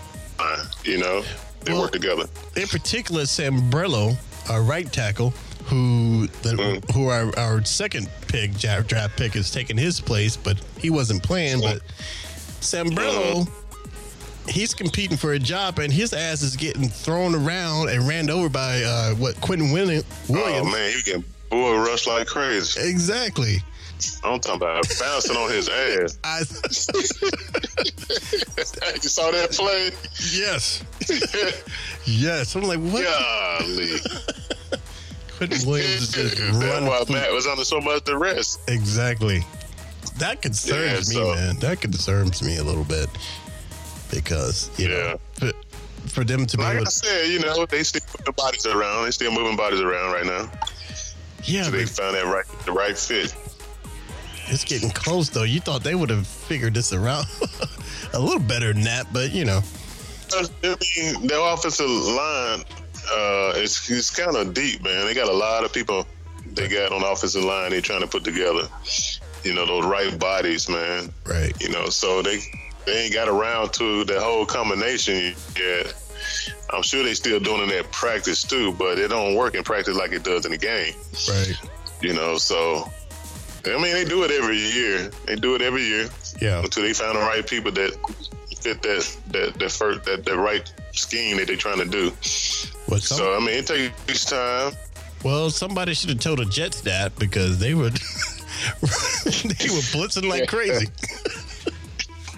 S4: You know, they
S3: Well-
S4: work together.
S3: in particular Sam Brello, our right tackle, who the, who our, our second pick dra- draft pick is taking his place, but he wasn't playing. But Sam Brello, he's competing for a job, and his ass is getting thrown around and ran over by uh, what Quentin Willi- Williams.
S4: Oh man, he can bull rush like crazy.
S3: Exactly.
S4: I'm talking about bouncing on his ass.
S3: I,
S4: you saw that play?
S3: yes. yes. I'm like, what?
S4: Golly.
S3: Quentin Williams is just
S4: That's
S3: running.
S4: why
S3: through-
S4: Matt was under so much duress.
S3: Exactly. That concerns
S4: Yeah,
S3: me,
S4: so-
S3: man. That concerns me a little bit because you know, for, for them to be,
S4: Like I
S3: able,
S4: said, you know, they still moving bodies around. They still moving bodies around right now.
S3: yeah,
S4: So they
S3: but
S4: found that right, the right fit.
S3: it's getting close though. You thought they would have figured this around a little better than that, but you know,
S4: I mean, their offensive line uh, is it's kind of deep, man. They got a lot of people they got on the offensive line. They trying to put together, you know, those right bodies, man.
S3: right?
S4: you know. So they they ain't got around to the whole combination yet. I'm sure they still doing it at practice too, but it don't work in practice like it does in the game,
S3: Right.
S4: you know. So I mean, they do it every year. They do it every year
S3: Yeah.
S4: until they find the right people that fit that that that first that the right scheme that they're trying to do.
S3: Well, some-
S4: So I mean, it takes time.
S3: well somebody should have told the Jets that because they were they were blitzing like crazy.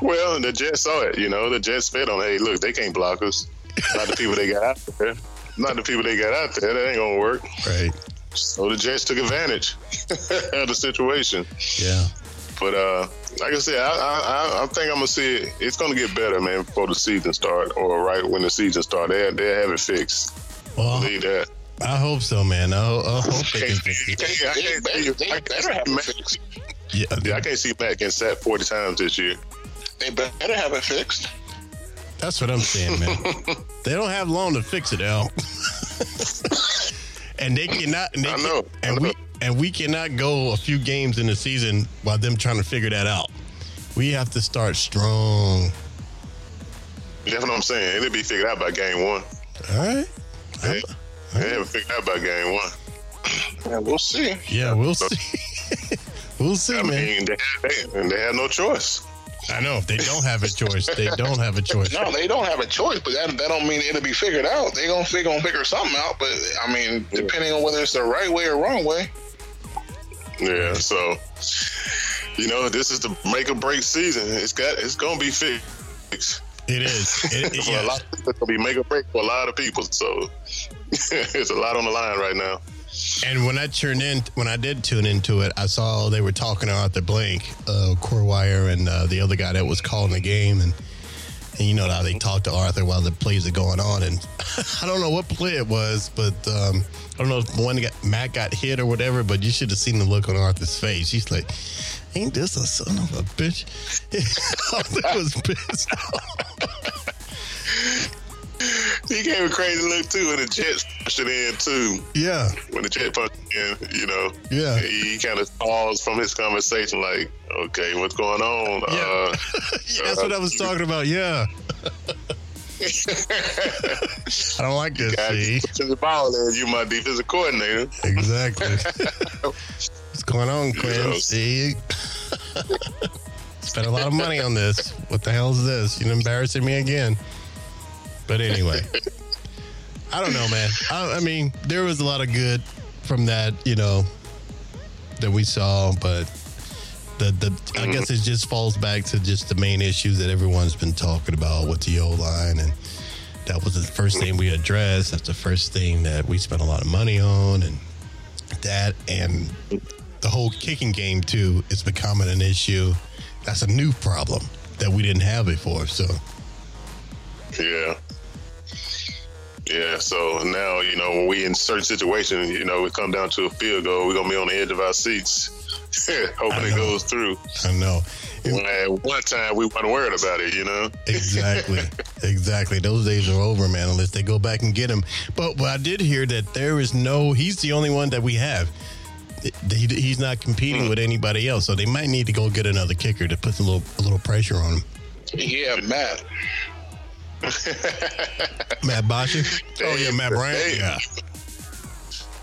S4: Well, the Jets saw it. You know, the Jets fed on, hey, look, they can't block us. Not the people they got out there. Not the people they got out there. That ain't gonna work.
S3: right.
S4: So the Jets took advantage of the situation.
S3: Yeah.
S4: But uh, like I said, I, I, I- I think I'm gonna see it. It's gonna get better, man, before the season start or right when the season start. They they have it fixed.
S3: Well,
S4: Believe that.
S3: I hope so, man. I, I hope they can fix
S4: I
S3: it.
S4: can't- I
S5: They- they better have it
S4: can't-
S5: fixed.
S4: Yeah, I
S3: Yeah,
S4: can't see Matt getting sacked 40 times this year.
S5: They better have it fixed.
S3: that's what I'm saying, man. they don't have long to fix it, Al. and they cannot. And they
S4: I
S3: can-
S4: know, I
S3: and
S4: know.
S3: we and we cannot go a few games in the season while them trying to figure that out. We have to start strong.
S4: That's what I'm saying. It'll be figured out by game one.
S3: All right.
S4: They, they haven't figured out by game one.
S5: Yeah, we'll see.
S3: Yeah, we'll see. we'll see,
S4: I
S3: man.
S4: mean, they, they, and they have no choice.
S3: I know if they don't have a choice, they don't have a choice.
S5: No, they don't have a choice, but that, that don't mean it'll be figured out. They gonna they gonna figure something out, but I mean, depending on whether it's the right way or wrong way.
S4: Yeah, so you know, this is the make or break season. It's got it's gonna be fixed.
S3: It is. It, it,
S4: For a
S3: yeah.
S4: lot, it's gonna be make or break for a lot of people. So it's a lot on the line right now.
S3: And when I tuned in, when I did tune into it, I saw they were talking about the blank, uh, Corwire and uh, the other guy that was calling the game, and and you know how they talk to Arthur while the plays are going on, and I don't know what play it was, but um, I don't know if one got Matt got hit or whatever, but you should have seen the look on Arthur's face. He's like, "Ain't this a son of a bitch?" Arthur was pissed.
S4: He gave a crazy look too when the Jets punched it in too.
S3: yeah,
S4: When the Jets punched it in, you know,
S3: Yeah.
S4: he kind of paused from his conversation, like, okay, what's going on? Uh,
S3: Yeah. that's what I was talking about. Yeah, I don't like this.
S4: Uh, guy
S3: See?
S4: just pushing the ball in. You my defensive coordinator.
S3: Exactly. What's going on, Quincy? Spent a lot of money on this. What the hell is this? You're embarrassing me again. But anyway, I don't know, man. I, I mean, there was a lot of good from that, you know, that we saw, but the the I guess it just falls back to just the main issues that everyone's been talking about with the O line and that was the first thing we addressed. That's the first thing that we spent a lot of money on, and that and the whole kicking game too is becoming an issue. That's a new problem that we didn't have before. So
S4: Yeah. Yeah, so now, you know, when we in certain situations, you know, we come down to a field goal, we're going to be on the edge of our seats,
S3: I
S4: hoping it
S3: know.
S4: goes through.
S3: I know
S4: When at one time, we weren't worried about it, you know?
S3: exactly, exactly. Those days are over, man. Unless they go back and get him. But what I did hear that there is no. He's the only one that we have. He- He's not competing with anybody else, so they might need to go get another kicker to put a little a little pressure on him.
S5: Yeah, Matt.
S3: Matt Bosher. Oh yeah, Matt Bryant.
S4: Hey.
S3: Yeah.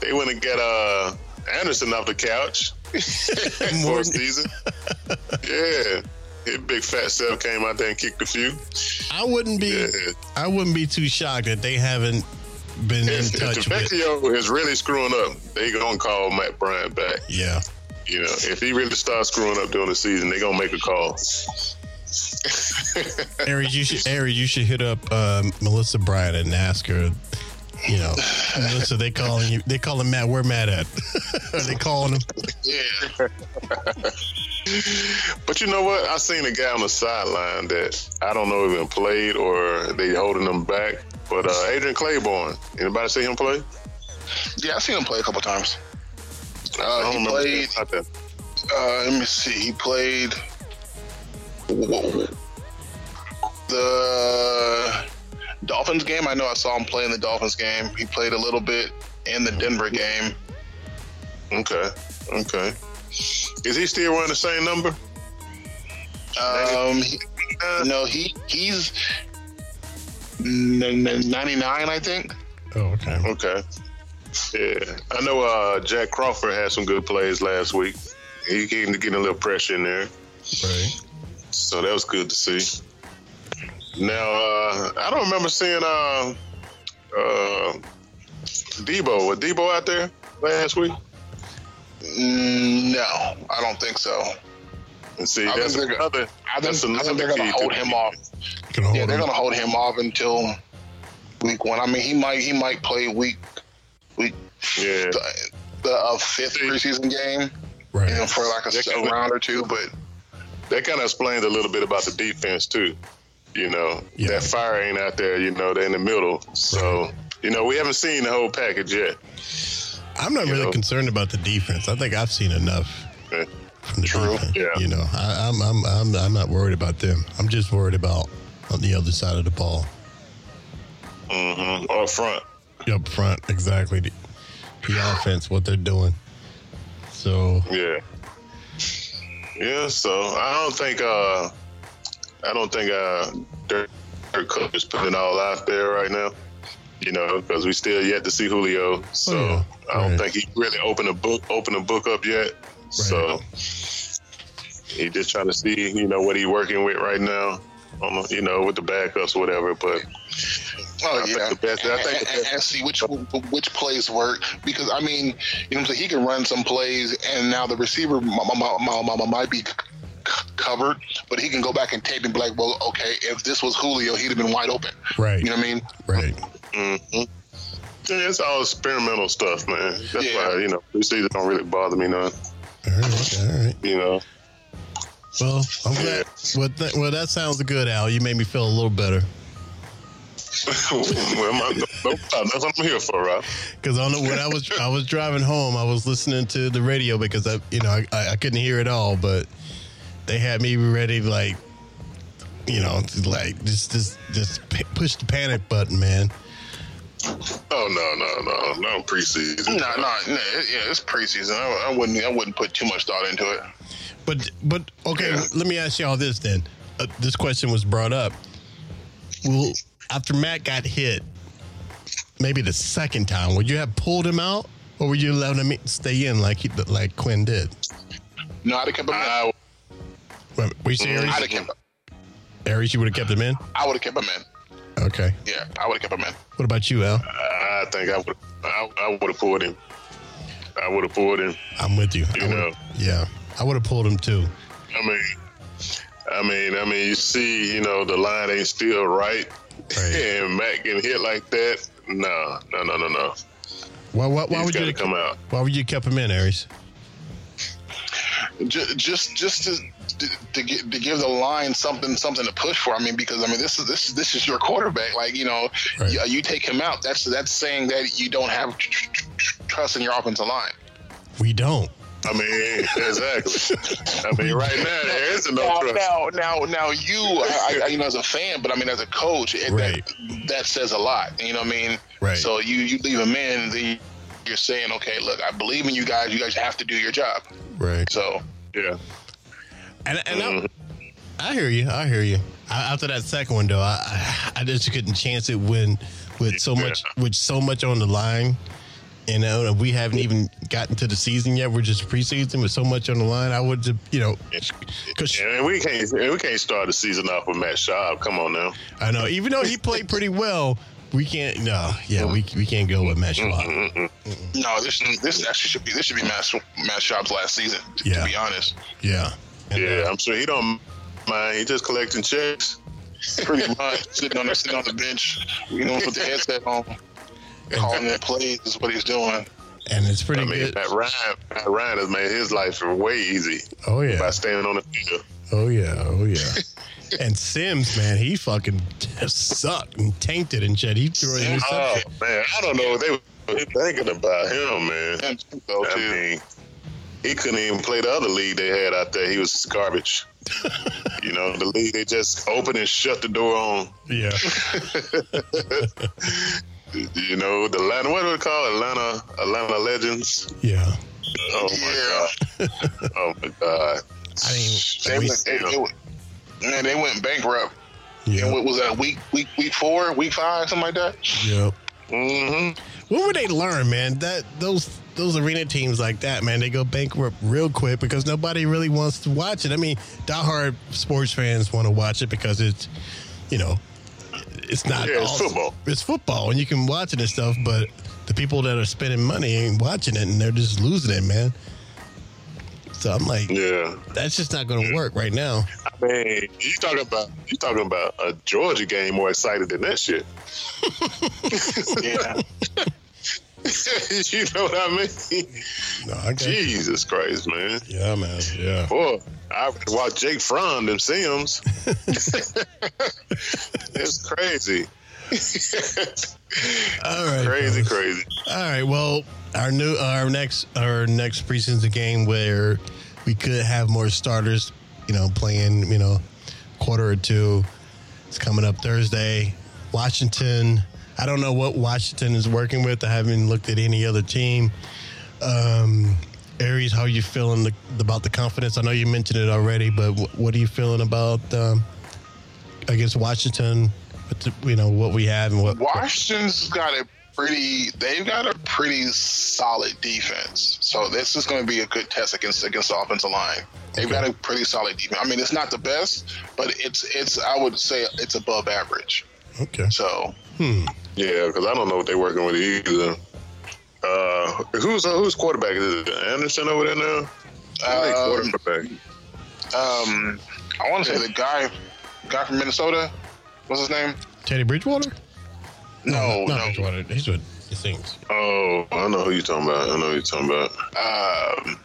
S4: They went and got uh, Anderson off the couch for
S3: Morgan.
S4: season. Yeah. His big fat self came out there and kicked a few.
S3: I wouldn't be
S4: Yeah.
S3: I wouldn't be too shocked that they haven't been in
S4: If, if
S3: touch with
S4: DeVecchio is really screwing up, they going to call Matt Bryant back.
S3: Yeah.
S4: You know, if he really starts screwing up during the season, they're gonna make a call.
S3: Aries, you should Aries, you should hit up um, Melissa Bryant and ask her, you know, Melissa, they calling you they calling Matt, where Matt at? Are they calling him?
S5: Yeah.
S4: But you know what? I seen a guy on the sideline that I don't know even played or they holding him back. But uh, Adrian Claiborne, anybody see him play?
S5: Yeah, I've seen him play a couple times.
S4: I
S5: Uh,
S4: don't
S5: he
S4: remember
S5: played.
S4: anything about that.
S5: Uh, let me see. He played the Dolphins game. I know I saw him play in the Dolphins game. He played a little bit in the Denver game.
S4: Okay, okay. Is he still wearing the same number?
S5: Um, he- no, he he's n- n- 99, I think.
S3: Oh, okay.
S4: Okay. Yeah, I know. Uh, Jack Crawford had some good plays last week. He getting getting a little pressure in there.
S3: Right.
S4: So that was good to see. Now uh, I don't remember seeing uh, uh, Debo. Was Debo out there last week?
S5: Mm, No, I don't think so.
S4: And see,
S5: I
S4: that's
S5: think they're-
S4: another.
S5: I think,
S4: that's
S5: I
S4: another
S5: think they're
S4: key
S5: going to hold
S4: to-
S5: him off.
S3: Can hold
S5: Yeah, they're
S3: him.
S5: gonna hold him off until week one. I mean, he might he might play week week
S4: Yeah.
S5: the, the uh, fifth preseason game
S3: Right.
S5: you know, for like a
S4: That
S5: s- a
S4: could-
S5: round or two, but
S4: that kind of explains a little bit about the defense too. You know,
S3: Yeah.
S4: that fire ain't out there. You know, they're in the middle. So you know, we haven't seen the whole package yet.
S3: I'm not really
S4: know.
S3: concerned about the defense. I think I've seen enough
S4: Yeah.
S3: from the
S4: True,
S3: defense.
S4: yeah.
S3: You know, I, I'm, I'm I'm I'm not worried about them. I'm just worried about on the other side of the ball,
S4: Mhm. Up front,
S3: up front, exactly the, the offense, what they're doing. So
S4: yeah, yeah. So I don't think uh, I don't think uh, Dirk, Dirk Cook is putting it all out there right now. You know, because we still yet to see Julio, so
S3: Oh, yeah.
S4: I don't
S3: Right.
S4: think he really opened a book opened a book up yet. So he just trying to see, you know, what he working with right now. On, you know, with the backups, whatever. But
S5: Oh
S4: I think
S5: yeah,
S4: the best- I think the
S5: and, and-
S4: best-
S5: and see which which plays work because I mean, you know, what I'm saying he can run some plays, and now the receiver m- m- m- m- m- might be c- c- covered, but he can go back and tape and be like, well, okay, if this was Julio, he'd have been wide open.
S3: right,
S5: You know what I mean?
S3: right.
S4: yeah, it's all experimental stuff, man. That's
S5: Yeah.
S4: why you know preseason don't really bother me
S3: All
S4: none.
S3: right, all right.
S4: You know,
S3: Well, I'm glad. Well, th- well, that sounds good, Al. You made me feel a little better
S4: well, my, no, no problem. that's what I'm here for, Rob.
S3: because on the, when I was I was driving home, I was listening to the radio because I you know I, I I couldn't hear it all, but they had me ready like you know to, like just just just p- push the panic button, man.
S4: Oh no, no, no, no preseason.
S5: No, no, no it- yeah, it's preseason. I, I wouldn't, I wouldn't put too much thought into it.
S3: But but okay,
S4: Yeah.
S3: let me ask y'all this then. Uh, this question was brought up. Well, after Matt got hit, maybe the second time, would you have pulled him out, or would you allowed him stay in like he, like Quinn did?
S5: No, I'd have kept him.
S4: I,
S5: In.
S3: Wait, were you
S4: Mm,
S3: saying
S5: I'd
S3: Aries?
S5: have kept.
S3: Aries, you would have kept him in.
S5: I would have kept him in.
S3: Okay.
S5: Yeah, I would have kept him in.
S3: What about you, Al?
S4: I think I would, I, I would have pulled him. I would have pulled him.
S3: I'm with you. I
S4: You
S3: would've-
S4: know.
S3: Yeah, I would have pulled him too.
S4: I mean, I mean, I mean, you see, you know, the line ain't still right,
S3: Right.
S4: and Matt getting hit like that. No, no, no, no, no.
S3: Why? Why, why
S4: He's
S3: would
S4: got to
S3: you?
S4: come out.
S3: Why would you kept him in, Aries?
S5: just just just to to, to, gi- to give the line something something to push for. I mean, because I mean, this is this this is your quarterback. Like you know,
S3: Right.
S5: you, you take him out. That's that's saying that you don't have tr- tr- tr- trust in your offensive line.
S3: We don't.
S4: I mean, exactly. I mean, right now there is no
S5: now,
S4: trust.
S5: now, now, now, you, I, I, you know, as a fan, but I mean, as a coach, it,
S3: Right.
S5: that, that says a lot. You know what I mean?
S3: Right.
S5: So you you leave him in, then you're saying, okay, look, I believe in you guys. You guys have to do your job.
S3: Right.
S5: So
S4: Yeah,
S3: And, and
S4: Mm-hmm.
S3: I, I hear you. I hear you. I, after that second one, though, I, I I just couldn't chance it when with so much with so much on the line. And uh, we haven't even gotten to the season yet. We're just preseason with so much on the line. I would, just, you know, because
S4: and we can't, and we can't start the season off with Matt Schaub. Come on now.
S3: I know even though he played pretty well, we can't. No, yeah, we, we can't go with Matt Schaub.
S4: Mm-hmm.
S5: no, this this actually should be this should be Matt Matt Schaub's last season. To,
S3: Yeah.
S5: to be honest.
S3: Yeah, And,
S4: Yeah,
S3: uh,
S4: I'm sure he don't mind. He just collecting checks.
S5: pretty much sitting on the sitting on the bench, you know, with the headset on, calling in plays is what he's doing.
S3: and it's pretty
S4: I mean,
S3: good.
S4: Matt Ryan, Matt Ryan has made his life way easy
S3: Oh yeah,
S4: by staying on the field.
S3: Oh yeah, oh yeah. and Sims, man, he fucking sucked and tainted and shit. He threw an
S4: Oh
S3: interception.
S4: man, I don't know what they were thinking about him, man.
S5: And so
S4: I
S5: too.
S4: mean, he couldn't even play the other league they had out there. He was garbage. you know, the league they just opened and shut the door on.
S3: Yeah,
S4: You know, the Atlanta, what do they call it? Atlanta, Atlanta Legends.
S3: yeah.
S4: Oh my god. oh my god.
S3: I
S5: They,
S3: mean, we,
S5: went, they, they, went- man, they went bankrupt. And
S3: yeah,
S5: what was that week week week four, week five, something like that?
S3: yeah.
S4: Mm-hmm.
S3: What would they learn, man? That those those arena teams like that, man, they go bankrupt real quick because nobody really wants to watch it. I mean, diehard sports fans want to watch it because it's, you know, it's not
S4: Yeah, it's football.
S3: It's football, and you can watch it and stuff. But the people that are spending money ain't watching it, and they're just losing it, man. So I'm like,
S4: Yeah.
S3: that's just not going to work right now.
S4: I mean, you talking about you talking about a Georgia game more excited than that shit.
S5: Yeah.
S4: you know what I mean?
S3: No, I got
S4: Jesus Christ, man.
S3: Yeah, man. Yeah.
S4: Boy, I watch Jake Fromm them Sims. it's crazy.
S3: All right,
S4: crazy,
S3: fellas.
S4: crazy.
S3: All right. Well, our new our next our next preseason game where we could have more starters, you know, playing, you know, quarter or two. It's coming up Thursday. Washington. I don't know what Washington is working with. I haven't looked at any other team. Um, Aries, how are you feeling the, about the confidence? I know you mentioned it already, but wh- what are you feeling about um, against Washington? But the, you know what we have and what
S5: Washington's got a pretty they've got a pretty solid defense. So this is going to be a good test against against the offensive line. They've got a pretty solid defense. I mean, it's not the best, but it's it's I would say it's above average.
S3: Okay.
S5: So
S4: Yeah, because I don't know what they're working with either. Uh, who's who's quarterback is it? Anderson over there now? Who they
S5: Um,
S4: quarterback?
S5: um, I want to say the guy guy from Minnesota, what's his name?
S3: Teddy Bridgewater?
S5: No,
S3: not
S5: no.
S3: Bridgewater. He's with the Saints.
S4: Oh, I know who you're talking about. I know who you're talking about.
S5: Um,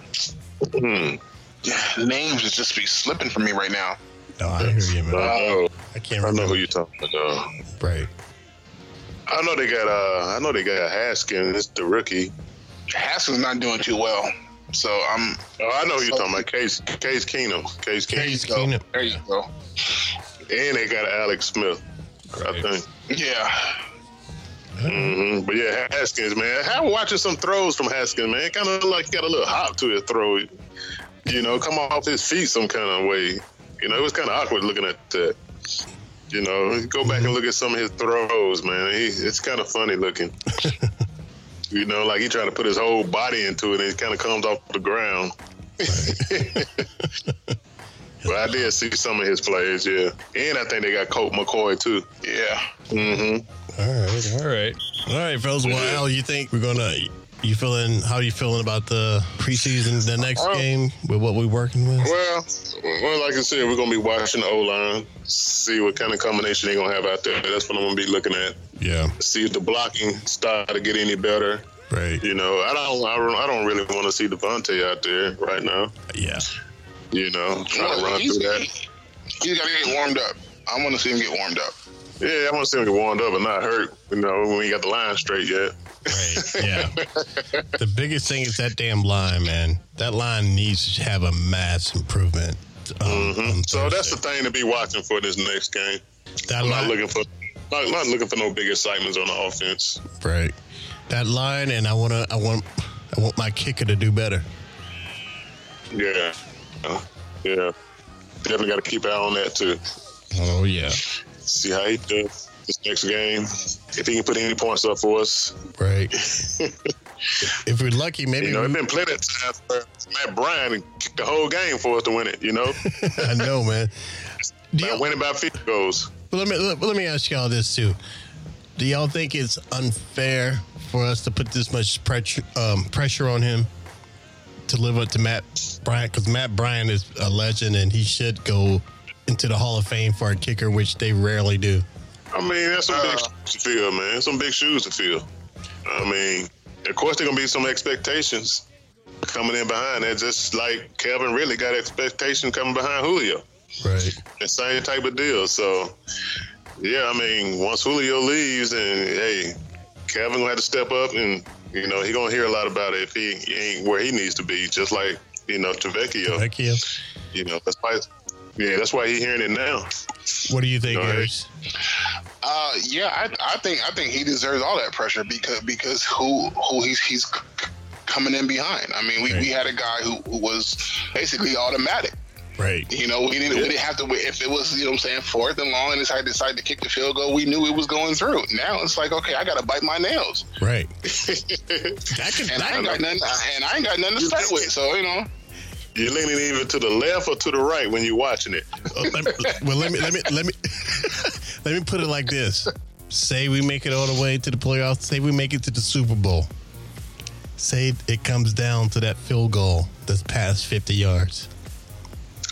S4: Hmm.
S5: names is just be slipping from me right now.
S3: No, I hear you, man.
S4: I know.
S3: I can't
S4: uh, I know
S3: remember.
S4: who you're talking about. Though.
S3: Right.
S4: I know they got. Uh, I know they got Haskins, the rookie.
S5: Haskins not doing too well. So I'm
S4: Oh, I know who you're talking about. Case Case Keenum. Case Keenum.
S3: Case
S5: go.
S3: Keenum.
S5: There you go.
S4: And they got Alex Smith. I
S3: Right.
S4: think.
S5: Yeah.
S4: hmm But yeah, Haskins, man. I'm watching some throws from Haskins, man. Kind of like got a little hop to his throw. You know, come off his feet some kind of way. You know, it was kind of awkward looking at that. You know, go back and look at some of his throws, man. He, it's kind of funny looking. you know, like he trying to put his whole body into it, and it kind of comes off the ground. but I did see some of his plays, yeah. And I think they got Colt McCoy too.
S5: Yeah.
S4: hmm
S3: All right. All right. All right, fellas. Well, Al, you think we're gonna? You feeling? How you feeling about the preseason? The next
S4: Well-
S3: game with what we're working with?
S4: Well, well, like I said, we're gonna be watching the O line, see what kind of combination they're gonna have out there. That's what I'm gonna be looking at.
S3: Yeah.
S4: See if the blocking start to get any better.
S3: Right.
S4: You know, I don't, I don't, I don't really want to see Devontae out there right now.
S3: Yeah.
S4: You know, trying to
S5: Well,
S4: run
S5: he's-
S4: through that.
S5: he- He's got to get warmed up. I want to see him get warmed up.
S4: Yeah, I want to see him get warmed up and not hurt. You know, we ain't got the line straight yet.
S3: Right. Yeah. the biggest thing is that damn line, man. That line needs to have a mass improvement. Um, on
S4: Mm-hmm. So that's the
S3: Thursday.
S4: thing to be watching for this next game.
S3: that
S4: I'm not
S3: line-
S4: looking for, not, not looking for no big excitements on the offense.
S3: Right. That line, and I wanna, I want, I want my kicker to do better.
S4: Yeah, yeah, definitely got to keep an eye on that too.
S3: Oh yeah.
S4: see how he does this next game. If he can put any points up for us,
S3: Right. if we're lucky, maybe
S4: you know,
S3: we-
S4: it's been plenty of times where Matt Bryan kicked the whole game for us to win it. You know,
S3: I know, man. Do
S4: yeah.
S3: y'all,
S4: winning by field goals.
S3: but let me let, let me ask y'all this too. Do y'all think it's unfair for us to put this much pressure um, pressure on him to live up to Matt Bryant? Because Matt Bryant is a legend, and he should go into the Hall of Fame for a kicker, which they rarely do.
S4: I mean, that's some big
S5: Uh.
S4: shoes to fill, man. Some big shoes to fill. I mean, of course, there gonna be some expectations coming in behind that. Just like Kevin really got expectation coming behind Julio.
S3: Right.
S4: the same type of deal. So, yeah, I mean, once Julio leaves, and hey, Kevin gonna have to step up, and you know he gonna hear a lot about it if he, he ain't where he needs to be. Just like you know Trevecchio,
S3: Thank you.
S4: you know that's why, yeah, that's why he hearing it now.
S3: What do you think,
S4: All right.
S3: Aries?
S5: Uh, yeah, I, I think I think he deserves all that pressure because because who who he's he's c- c- coming in behind. I mean, we, we had a guy who, who was basically automatic.
S3: Right.
S5: You know, we didn't we didn't have to wait. if it was you know what I'm saying fourth and long and decided decided to kick the field goal. We knew it was going through. Now it's like okay, I got to bite my nails,
S3: Right. That could,
S5: and I
S3: that
S5: ain't got nothing and I ain't got nothing to start with. So you know,
S4: You're leaning either to the left or to the right when you're watching it.
S3: Oh, let me, well, let me let me let me let me put it like this: Say we make it all the way to the playoffs. Say we make it to the Super Bowl. Say it comes down to that field goal that's past fifty yards.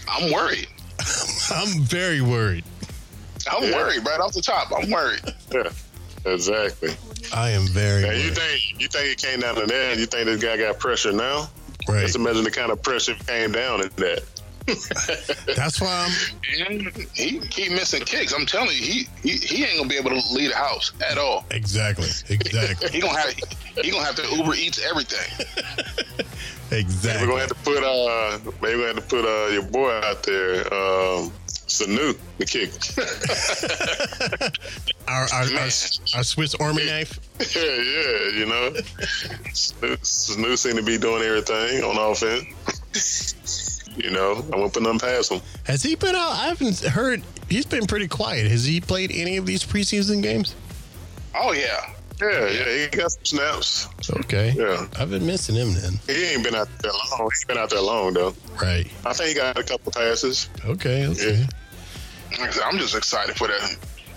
S5: I'm worried.
S3: I'm very worried.
S5: I'm worried right off the top. I'm worried.
S4: Yeah, exactly.
S3: I am very
S4: Now you
S3: worried.
S4: think you think it came down to that? You think this guy got pressure now?
S3: right.
S4: Just imagine the kind of pressure came down in that.
S3: That's why I'm.
S5: And he keep missing kicks. I'm telling you, he, he he ain't gonna be able to lead a house at all.
S3: Exactly. Exactly.
S5: He gonna have he gonna have to Uber Eats everything.
S4: We're
S3: Exactly.
S4: gonna have to put uh, maybe we're gonna have to put uh, your boy out there, um, Sanu, the kick.
S3: Our, our, our,
S5: Man.
S3: our Swiss Army knife.
S4: yeah, yeah, you know, Sanu, Sanu seem to be doing everything on offense. You know, I'm gonna put nothing past him.
S3: Has he been out? I haven't heard. He's been pretty quiet. Has he played any of these preseason games?
S5: Oh yeah,
S4: Yeah, yeah, he got some snaps.
S3: Okay.
S4: Yeah.
S3: I've been missing him then.
S4: He ain't been out there long. He's been out there long though.
S3: Right.
S4: I think he got a couple passes.
S3: Okay. Okay.
S5: Like I said, I'm just excited for the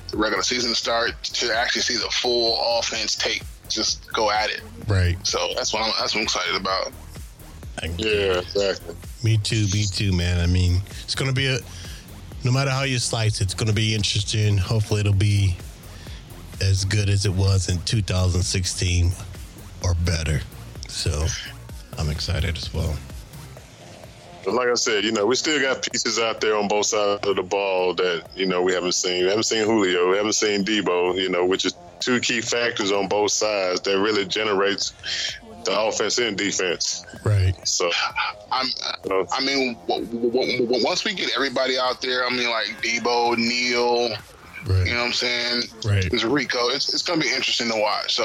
S5: the regular season to start to actually see the full offense take just go at it.
S3: Right.
S5: So that's what I'm that's what I'm excited about.
S4: Yeah, exactly.
S3: Me too. Me too, man. I mean, it's going to be a. No matter how you slice, it, it's going to be interesting. Hopefully, it'll be as good as it was in 2016 or better. So, I'm excited as well.
S4: But like I said, you know, we still got pieces out there on both sides of the ball that, you know, we haven't seen. We haven't seen Julio, we haven't seen Debo, you know, which is two key factors on both sides that really generates the offense and defense.
S3: Right.
S4: So
S5: I'm I mean, w- w- w- w- once we get everybody out there, I mean like Debo, Neal,
S3: Right.
S5: you know what I'm saying?
S3: Right.
S5: It's Rico. It's, it's gonna be interesting to watch. So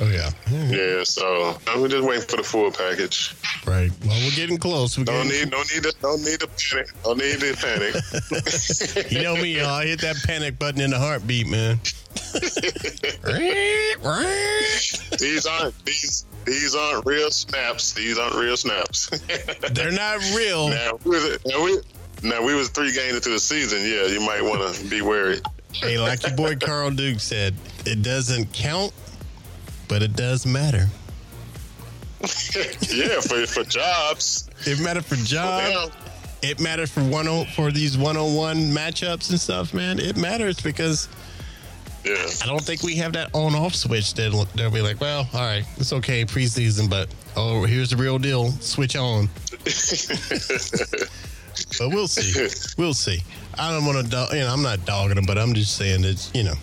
S3: Oh yeah.
S4: yeah, so we're just waiting for the full package.
S3: Right. Well, we're getting close. We're
S4: Don't
S3: getting-
S4: need don't need to don't need to panic. Don't need to panic.
S3: You know me, y'all. I hit that panic button in the heartbeat, man.
S4: these aren't these these aren't real snaps. These aren't real snaps.
S3: They're not real.
S4: Now, we was, now, we, now we was three games into the season. Yeah, you might want to be wary.
S3: Hey, like your boy Carl Duke said, it doesn't count, but it does matter.
S4: yeah, for for jobs.
S3: It mattered for job. It mattered for one o- for these one on one matchups and stuff, man. It matters because
S4: yeah,
S3: I don't think we have that on off switch. That they'll be like, well, all right, it's okay preseason, but oh, here's the real deal. Switch on. but we'll see. We'll see. I don't want to. Dog, you know, I'm not dogging them, but I'm just saying it's you know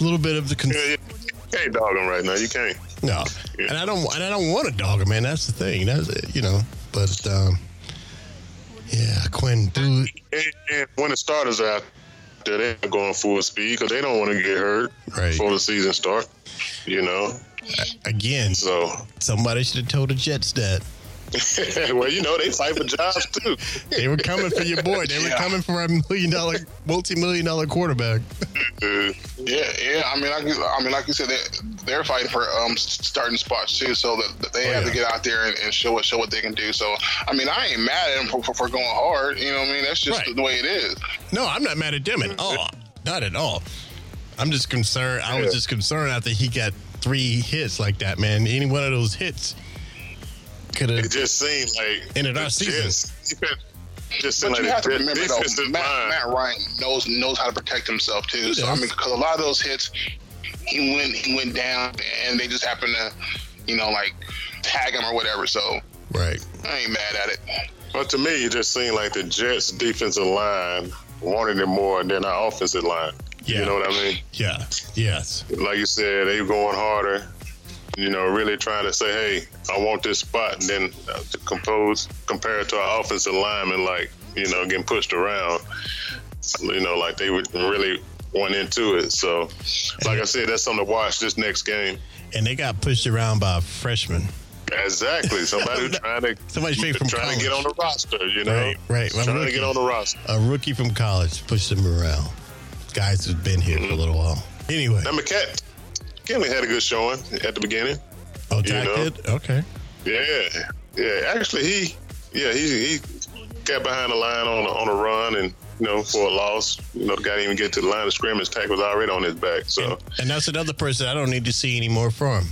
S3: a little bit of the. Con-
S4: yeah, yeah. You can't dog them right now. You can't.
S3: No, and I don't, and I don't want to dog him, man. That's the thing. That's it, you know. But um, yeah, Quinn, dude,
S4: And, and when the starters are out there, they're going full speed because they don't want to get hurt
S3: Right.
S4: before the season start. You know,
S3: again,
S4: so
S3: somebody should have told the Jets that
S4: well, you know they fight for jobs too.
S3: they were coming for your boy. They were coming for our million dollar, multi million dollar quarterback.
S4: Uh,
S5: yeah, yeah. I mean, like you- I mean, like you said, they're, they're fighting for um s- starting spots too. So that, that they
S3: Oh,
S5: have
S3: yeah.
S5: to get out there and, and show what show what they can do. So I mean, I ain't mad at them for, for, for going hard. You know what I mean? That's just
S3: Right.
S5: the way it is.
S3: No, I'm not mad at them at all. Not at all. I'm just concerned. I was just concerned after he got three hits like that, man. Any one of those hits could have.
S4: it just seemed like
S3: Ended our
S4: the
S3: season.
S4: Jets- Just seemed
S5: But you
S4: like
S5: have to
S4: the
S5: remember
S4: defense
S5: though,
S4: is
S5: Matt,
S4: mine.
S5: Matt Ryan knows knows how to protect himself too. So I
S3: does.
S5: mean, because a lot of those hits, he went he went down, and they just happened to, you know, like tag him or whatever. So
S3: Right.
S5: I ain't mad at it.
S4: But to me, it just seemed like the Jets' defensive line wanted it more than our offensive line.
S3: Yeah.
S4: You know what I mean?
S3: Yeah. Yes.
S4: Like you said, they were going harder. You know, really trying to say, "Hey, I want this spot." And then uh, to compose compared to our offensive linemen, like you know, getting pushed around. You know, like they would really went into it. So, like I said, that's something to watch this next game.
S3: And they got pushed around by a freshman.
S4: Exactly, somebody who's trying to
S3: Somebody straight from
S4: trying
S3: college.
S4: to get on the roster. You know,
S3: Right, right. I'm
S4: trying to
S3: looking.
S4: get on the roster.
S3: a rookie from college pushed him around. Guys who've been here for a little while. Anyway,
S4: Now McCat Kenley had a good showing at the beginning.
S3: oh,
S4: you
S3: Jack
S4: know.
S3: did? Okay.
S4: Yeah, yeah. Actually, he, yeah, he he got behind the line on a, on a run and you know for a loss. You know, got to even get to the line of scrimmage. Tack was already on his back. So
S3: And that's another person I don't need to see anymore from.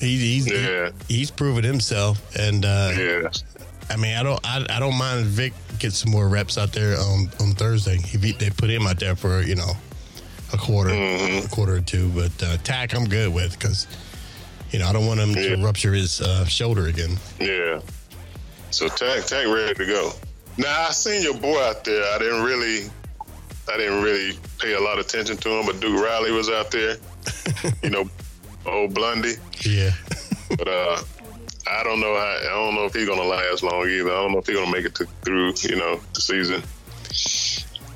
S3: He, he's he-
S4: Yeah.
S3: he's proven himself, and uh,
S4: yeah,
S3: I mean I don't I, I don't mind if Vic gets some more reps out there on on Thursday. He beat, they put him out there for you know a quarter
S4: Mm-hmm.
S3: a quarter or two, but uh, Tack I'm good with because you know I don't want him to
S4: Yeah.
S3: rupture his uh, shoulder again.
S4: yeah. So Tack Tack ready to go. Now I seen your boy out there. I didn't really, I didn't really pay a lot of attention to him, but Duke Riley was out there. you know, old Blondie.
S3: Yeah.
S4: But uh, I don't know. How, I don't know if he's gonna last long either. I don't know if he's gonna make it to, through. You know, the season,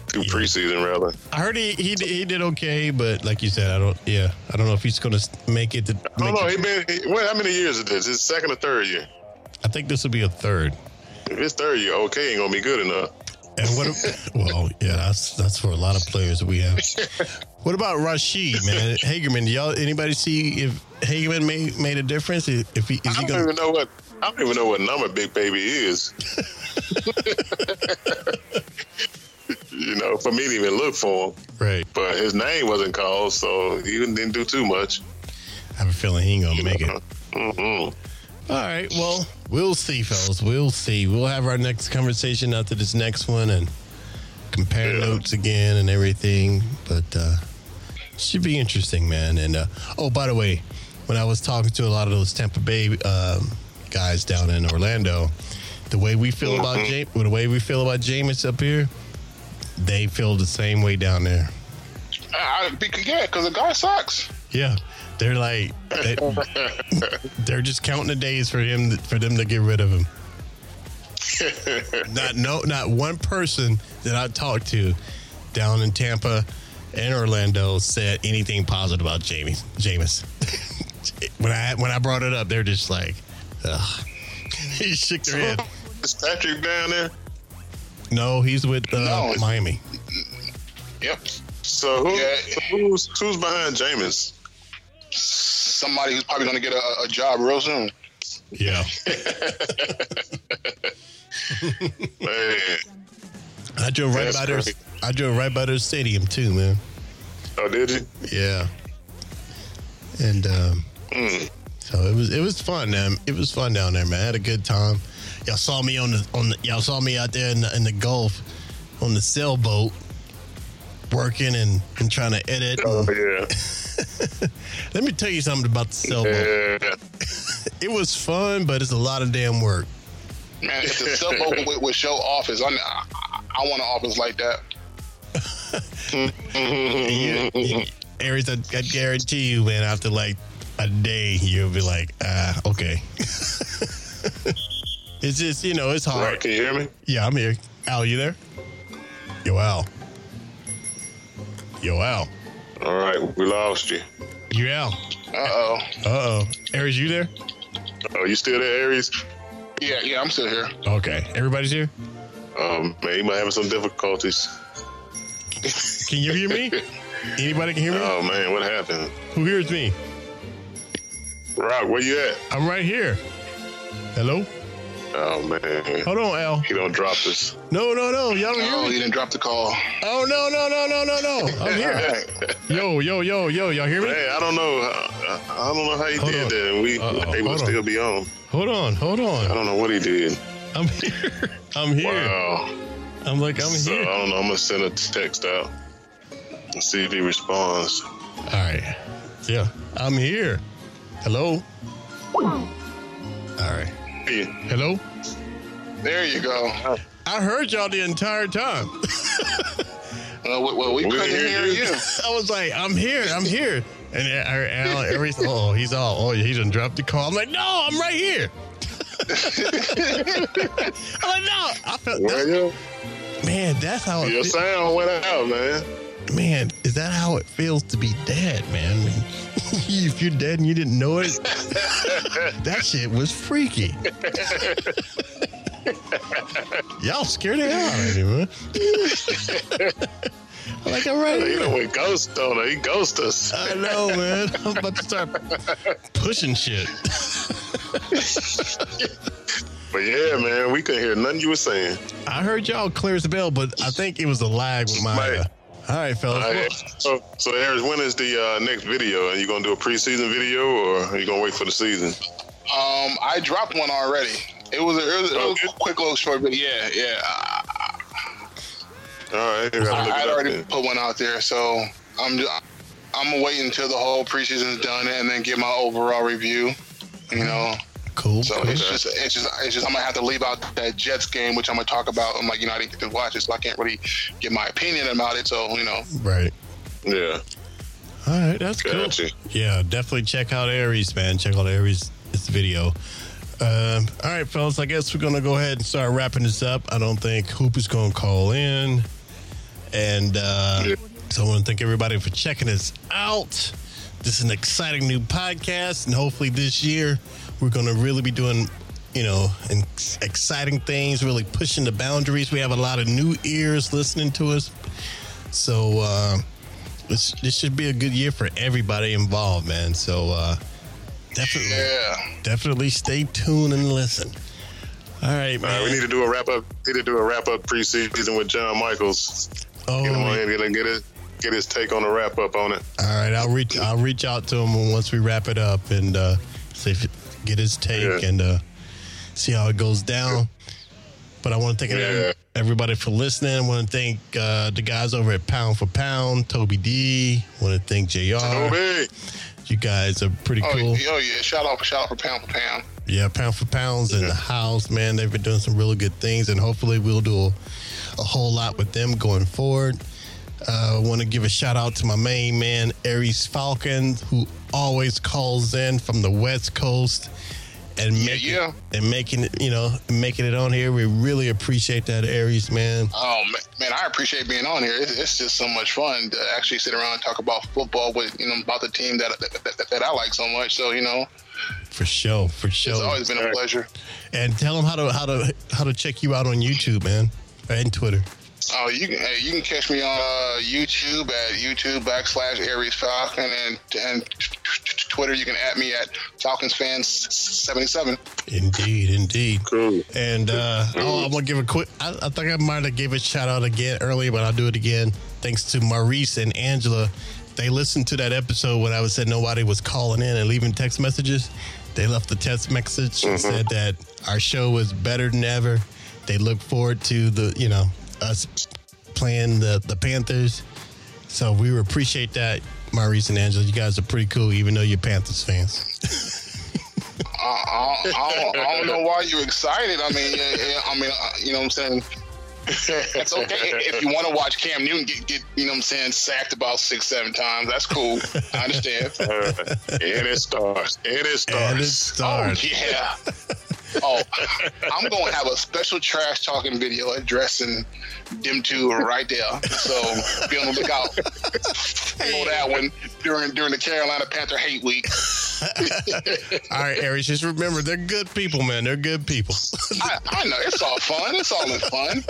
S4: through preseason rather.
S3: I heard he, he he did okay, but like you said, I don't. Yeah, I don't know if he's going to make it. To,
S4: I
S3: make
S4: don't
S3: it-
S4: know. Oh, He been. He, what? How many years is this? His second or third year?
S3: I think this will be a third.
S4: If it's third year, okay, ain't gonna be good enough.
S3: And what? if- well, yeah, that's that's for a lot of players that we have. What about Rashid, man? Hagerman, do y'all anybody see if Hagerman made made a difference? If if he is
S4: I
S3: he
S4: don't
S3: going?
S4: even know what. I don't even know what number Big Baby is. you know, for me to even look for him,
S3: Right.
S4: but his name wasn't called, so he didn't, didn't do too much.
S3: I have a feeling he ain't gonna make it.
S4: Mm-mm.
S3: All right. Well, we'll see, fellas. We'll see. We'll have our next conversation after this next one and compare
S4: Yeah.
S3: notes again and everything. But uh, should be interesting, man. And uh, oh, by the way, when I was talking to a lot of those Tampa Bay um, guys down in Orlando, the way we feel about James, the way we feel about Jameis up here, they feel the same way down there.
S5: I, I, because, yeah, because the guy sucks.
S3: Yeah, they're like they, they're just counting the days for him for them to get rid of him. not no, not one person that I talked to down in Tampa and Orlando said anything positive about Jamie Jameis. when I when I brought it up, they're just like, Ugh. he shook their head.
S4: Is Patrick down there?
S3: No, he's with uh,
S5: No.
S3: Miami.
S5: Yep.
S4: So who,
S5: Yeah.
S4: who's who's behind Jameis?
S5: Somebody who's probably going to get a, a job real soon.
S3: Yeah,
S4: Man,
S3: I drove right
S4: That's
S3: by their
S4: crazy.
S3: I drove right by their stadium too, man.
S4: oh, did you?
S3: Yeah. And um, so it was it was fun, man. It was fun down there, man. I had a good time. Y'all saw me on the on the, y'all saw me out there in the, in the Gulf on the sailboat working and, and trying to edit.
S4: Oh yeah,
S3: Let me tell you something about the sailboat.
S4: yeah.
S3: It was fun, but it's a lot of damn work.
S5: Man, if the sailboat would, would show office, I, I, I want an office like that.
S3: Aries, I, I guarantee you, man, after like a day, you'll be like, ah, okay. it's just, you know, it's hard.
S4: Right, can you hear me?
S3: Yeah, I'm here. Al, you there? Yo, Al. Yo, Al.
S4: All right, we lost you.
S3: You Al.
S5: Uh oh.
S3: Uh oh. Aries, you there?
S4: Oh, you still there, Aries?
S5: Yeah, yeah, I'm still here.
S3: Okay. Everybody's here?
S4: Um, man, you might have some difficulties.
S3: Can you hear me? Anybody can hear me?
S4: Oh man, what happened?
S3: Who hears me?
S4: Rock, where you at?
S3: I'm right here. Hello?
S4: Oh man,
S3: Hold on, Al.
S4: he don't drop us.
S3: No, no, no. Y'all don't
S5: Oh,
S3: hear
S5: you
S3: me?
S5: didn't drop the call.
S3: Oh, no, no, no, no, no, no. I'm here. Yo, yo, yo, yo. Y'all hear me?
S4: Hey, I don't know. I, I don't know how he
S3: Hold
S4: did
S3: on.
S4: that. and We
S3: Uh-oh,
S4: able
S3: hold
S4: to
S3: on.
S4: still be on.
S3: Hold on, hold
S4: I
S3: on.
S4: don't know what he did.
S3: I'm here. I'm here.
S4: Wow.
S3: I'm like, I'm
S4: So I
S3: here.
S4: don't know. I'm gonna send a text out and see if he responds.
S3: All right. Yeah. I'm here. Hello? All right.
S4: Hey,
S3: Hello?
S5: There you go. Uh,
S3: I heard y'all the entire time.
S5: Uh, well, well, we,
S4: We
S5: couldn't
S4: hear
S5: hear
S4: you.
S5: you.
S3: I was like, I'm here, I'm here. And I- I- Al, every, oh, he's all, oh, he done dropped the call. I'm like, no, I'm right here. I'm like, no. I felt,
S4: where
S3: that's-
S4: you?
S3: man, that's how it
S4: Your
S3: feels.
S4: sound went out, man.
S3: Man, is that how it feels to be dead, man? When- if you're dead and you didn't know it, that shit was freaky. Y'all scared the hell out of me, man. I'm like, I'm right
S4: You
S3: here.
S4: know when ghosts don't he ghost us.
S3: I know, man. I'm about to start pushing shit.
S4: But yeah, man, we couldn't hear nothing you were saying.
S3: I heard y'all clear as a bell, but I think it was a lag with my. uh,
S4: Right.
S3: all right, fellas.
S4: All right.
S3: Well,
S4: So, so Harris, when is the uh, next video? Are you gonna do a preseason video, or are you gonna wait for the season?
S5: Um, I dropped one already. It was a, it was, it was a
S4: Okay.
S5: quick little short video. Yeah, yeah. I,
S4: All right, you gotta
S5: I
S4: look it
S5: I'd
S4: up
S5: already
S4: then.
S5: put one out there, so I'm just, I'm gonna wait until the whole preseason's done and then get my overall review. You know,
S3: Cool.
S5: So
S3: cool.
S5: it's just it's just it's just I'm gonna have to leave out that Jets game, which I'm gonna talk about. I'm like, you know, I didn't get to watch it, so I can't really give my opinion about it. So you know,
S3: right.
S4: Yeah.
S3: All right, that's cool.
S4: Gotcha.
S3: Yeah, definitely check out Aries, man. Check out Aries. This video. Um, all right, fellas. I guess we're gonna go ahead and start wrapping this up. I don't think Hoop is gonna call in, and uh,
S4: Yeah.
S3: so I want to thank everybody for checking us out. This is an exciting new podcast, and hopefully this year we're gonna really be doing, you know, ex- exciting things. Really pushing the boundaries. We have a lot of new ears listening to us, so. Uh, this, this should be a good year for everybody involved, man. So uh, definitely,
S5: yeah.
S3: definitely stay tuned and listen. All right,
S4: All
S3: man.
S4: right, we need to do a wrap up. Need to do a wrap up preseason with John Michaels.
S3: oh,
S4: Get him
S3: all
S4: on in, get, him- get his get his take on the wrap up on it.
S3: Oh, right. I'll reach. I'll reach out to him once we wrap it up and uh, see if, get his take
S4: Yeah.
S3: and uh, see how it goes down. But I want to thank
S4: Yeah.
S3: everybody for listening. I want to thank uh, the guys over at Pound for Pound, Toby D. want to thank Jr.
S4: Toby,
S3: You guys are pretty
S5: Oh,
S3: cool.
S5: yeah, oh yeah, shout out for shout out for pound for pound.
S3: Yeah, pound for pounds in the house, man. They've been doing some really good things, and hopefully we'll do a, a whole lot with them going forward. Uh, I want to give a shout out to my main man, Aries Falcon, who always calls in from the West Coast and making
S5: yeah.
S3: and making it, you know, making it on here. We really appreciate that, Aries, man.
S5: Oh ma- man, I appreciate being on here. It's, it's just so much fun to actually sit around and talk about football with you know about the team that that, that, that I like so much. So you know,
S3: For sure, for
S5: it's
S3: sure.
S5: always been a pleasure.
S3: And tell them how to how to how to check you out on YouTube, man, and Twitter.
S5: Oh, you can hey, you can catch me on uh, YouTube at YouTube backslash Aries Falcon and and t- t- Twitter. You can at me at Falcons Fans seventy seven.
S3: Indeed, indeed.
S4: cool.
S3: And uh, oh, I'm gonna give a quick. I, I think I might have gave a shout out again earlier, but I'll do it again. Thanks to Maurice and Angela, they listened to that episode when I was said nobody was calling in and leaving text messages. They left the text message and said that our show was better than ever. They look forward to the you know us playing the the Panthers. So we appreciate that, Maurice and Angela. You guys are pretty cool, even though you're Panthers fans.
S5: I, I, don't- I, don't- I don't know why you're excited. I mean, yeah, yeah, I mean, uh, you know what I'm saying. It's okay if you want to watch Cam Newton get, get, you know what I'm saying, sacked about six, seven times. That's cool. I understand.
S4: All right. and it starts. And it starts.
S3: And it's
S5: Oh,
S3: started.
S5: yeah. Oh, I'm going to have a special trash talking video addressing them two right there. So be on the lookout for that one during during the Carolina Panther Hate Week.
S3: All right, Aries, just remember they're good people, man. They're good people.
S5: I, I know it's all fun. It's all in fun.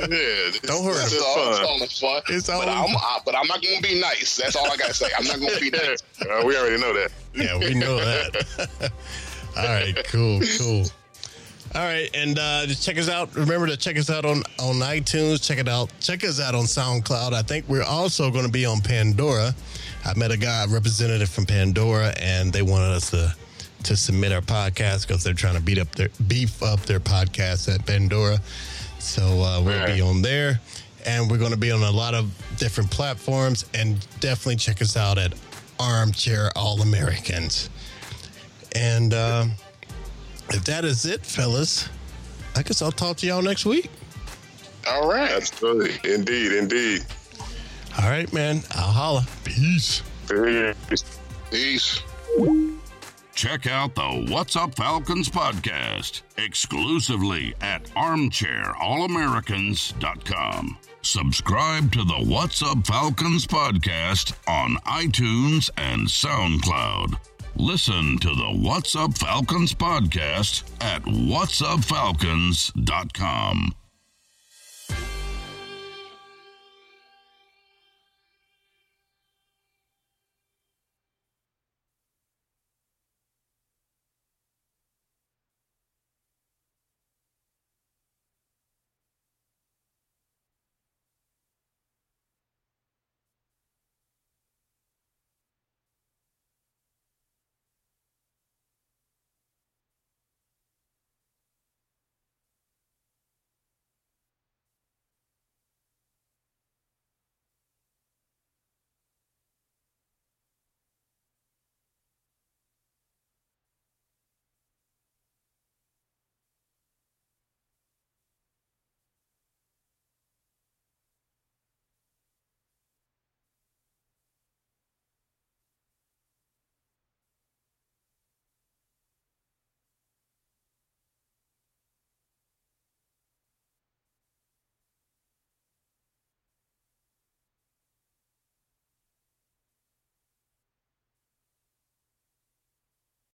S4: Yeah,
S3: Don't hurt
S5: It's
S3: him.
S5: all, it's
S4: fun.
S5: all in fun.
S3: It's all
S5: but
S3: in
S5: I'm
S3: fun.
S5: I, but I'm not gonna be nice. That's all I gotta say. I'm not gonna be nice.
S4: Uh, we already know that.
S3: Yeah, we know that. All right, cool, cool. All right, and uh, just check us out. Remember to check us out on on iTunes. Check it out. Check us out on SoundCloud. I think we're also going to be on Pandora. I met a guy, a representative from Pandora, and they wanted us to to submit our podcast because they're trying to beat up their beef up their podcast at Pandora. So uh, we'll be on there, and we're going to be on a lot of different platforms. And definitely check us out at Armchair All Americans. And uh, if that is it, fellas, I guess I'll talk to y'all next week.
S5: All right.
S4: Absolutely. Indeed. Indeed.
S3: All right, man. I'll holla. Peace.
S4: Peace.
S5: Peace.
S6: Check out the What's Up Falcons podcast exclusively at armchairallamericans.com. Subscribe to the What's Up Falcons podcast on iTunes and SoundCloud. Listen to the What's Up Falcons podcast at whatsupfalcons.com.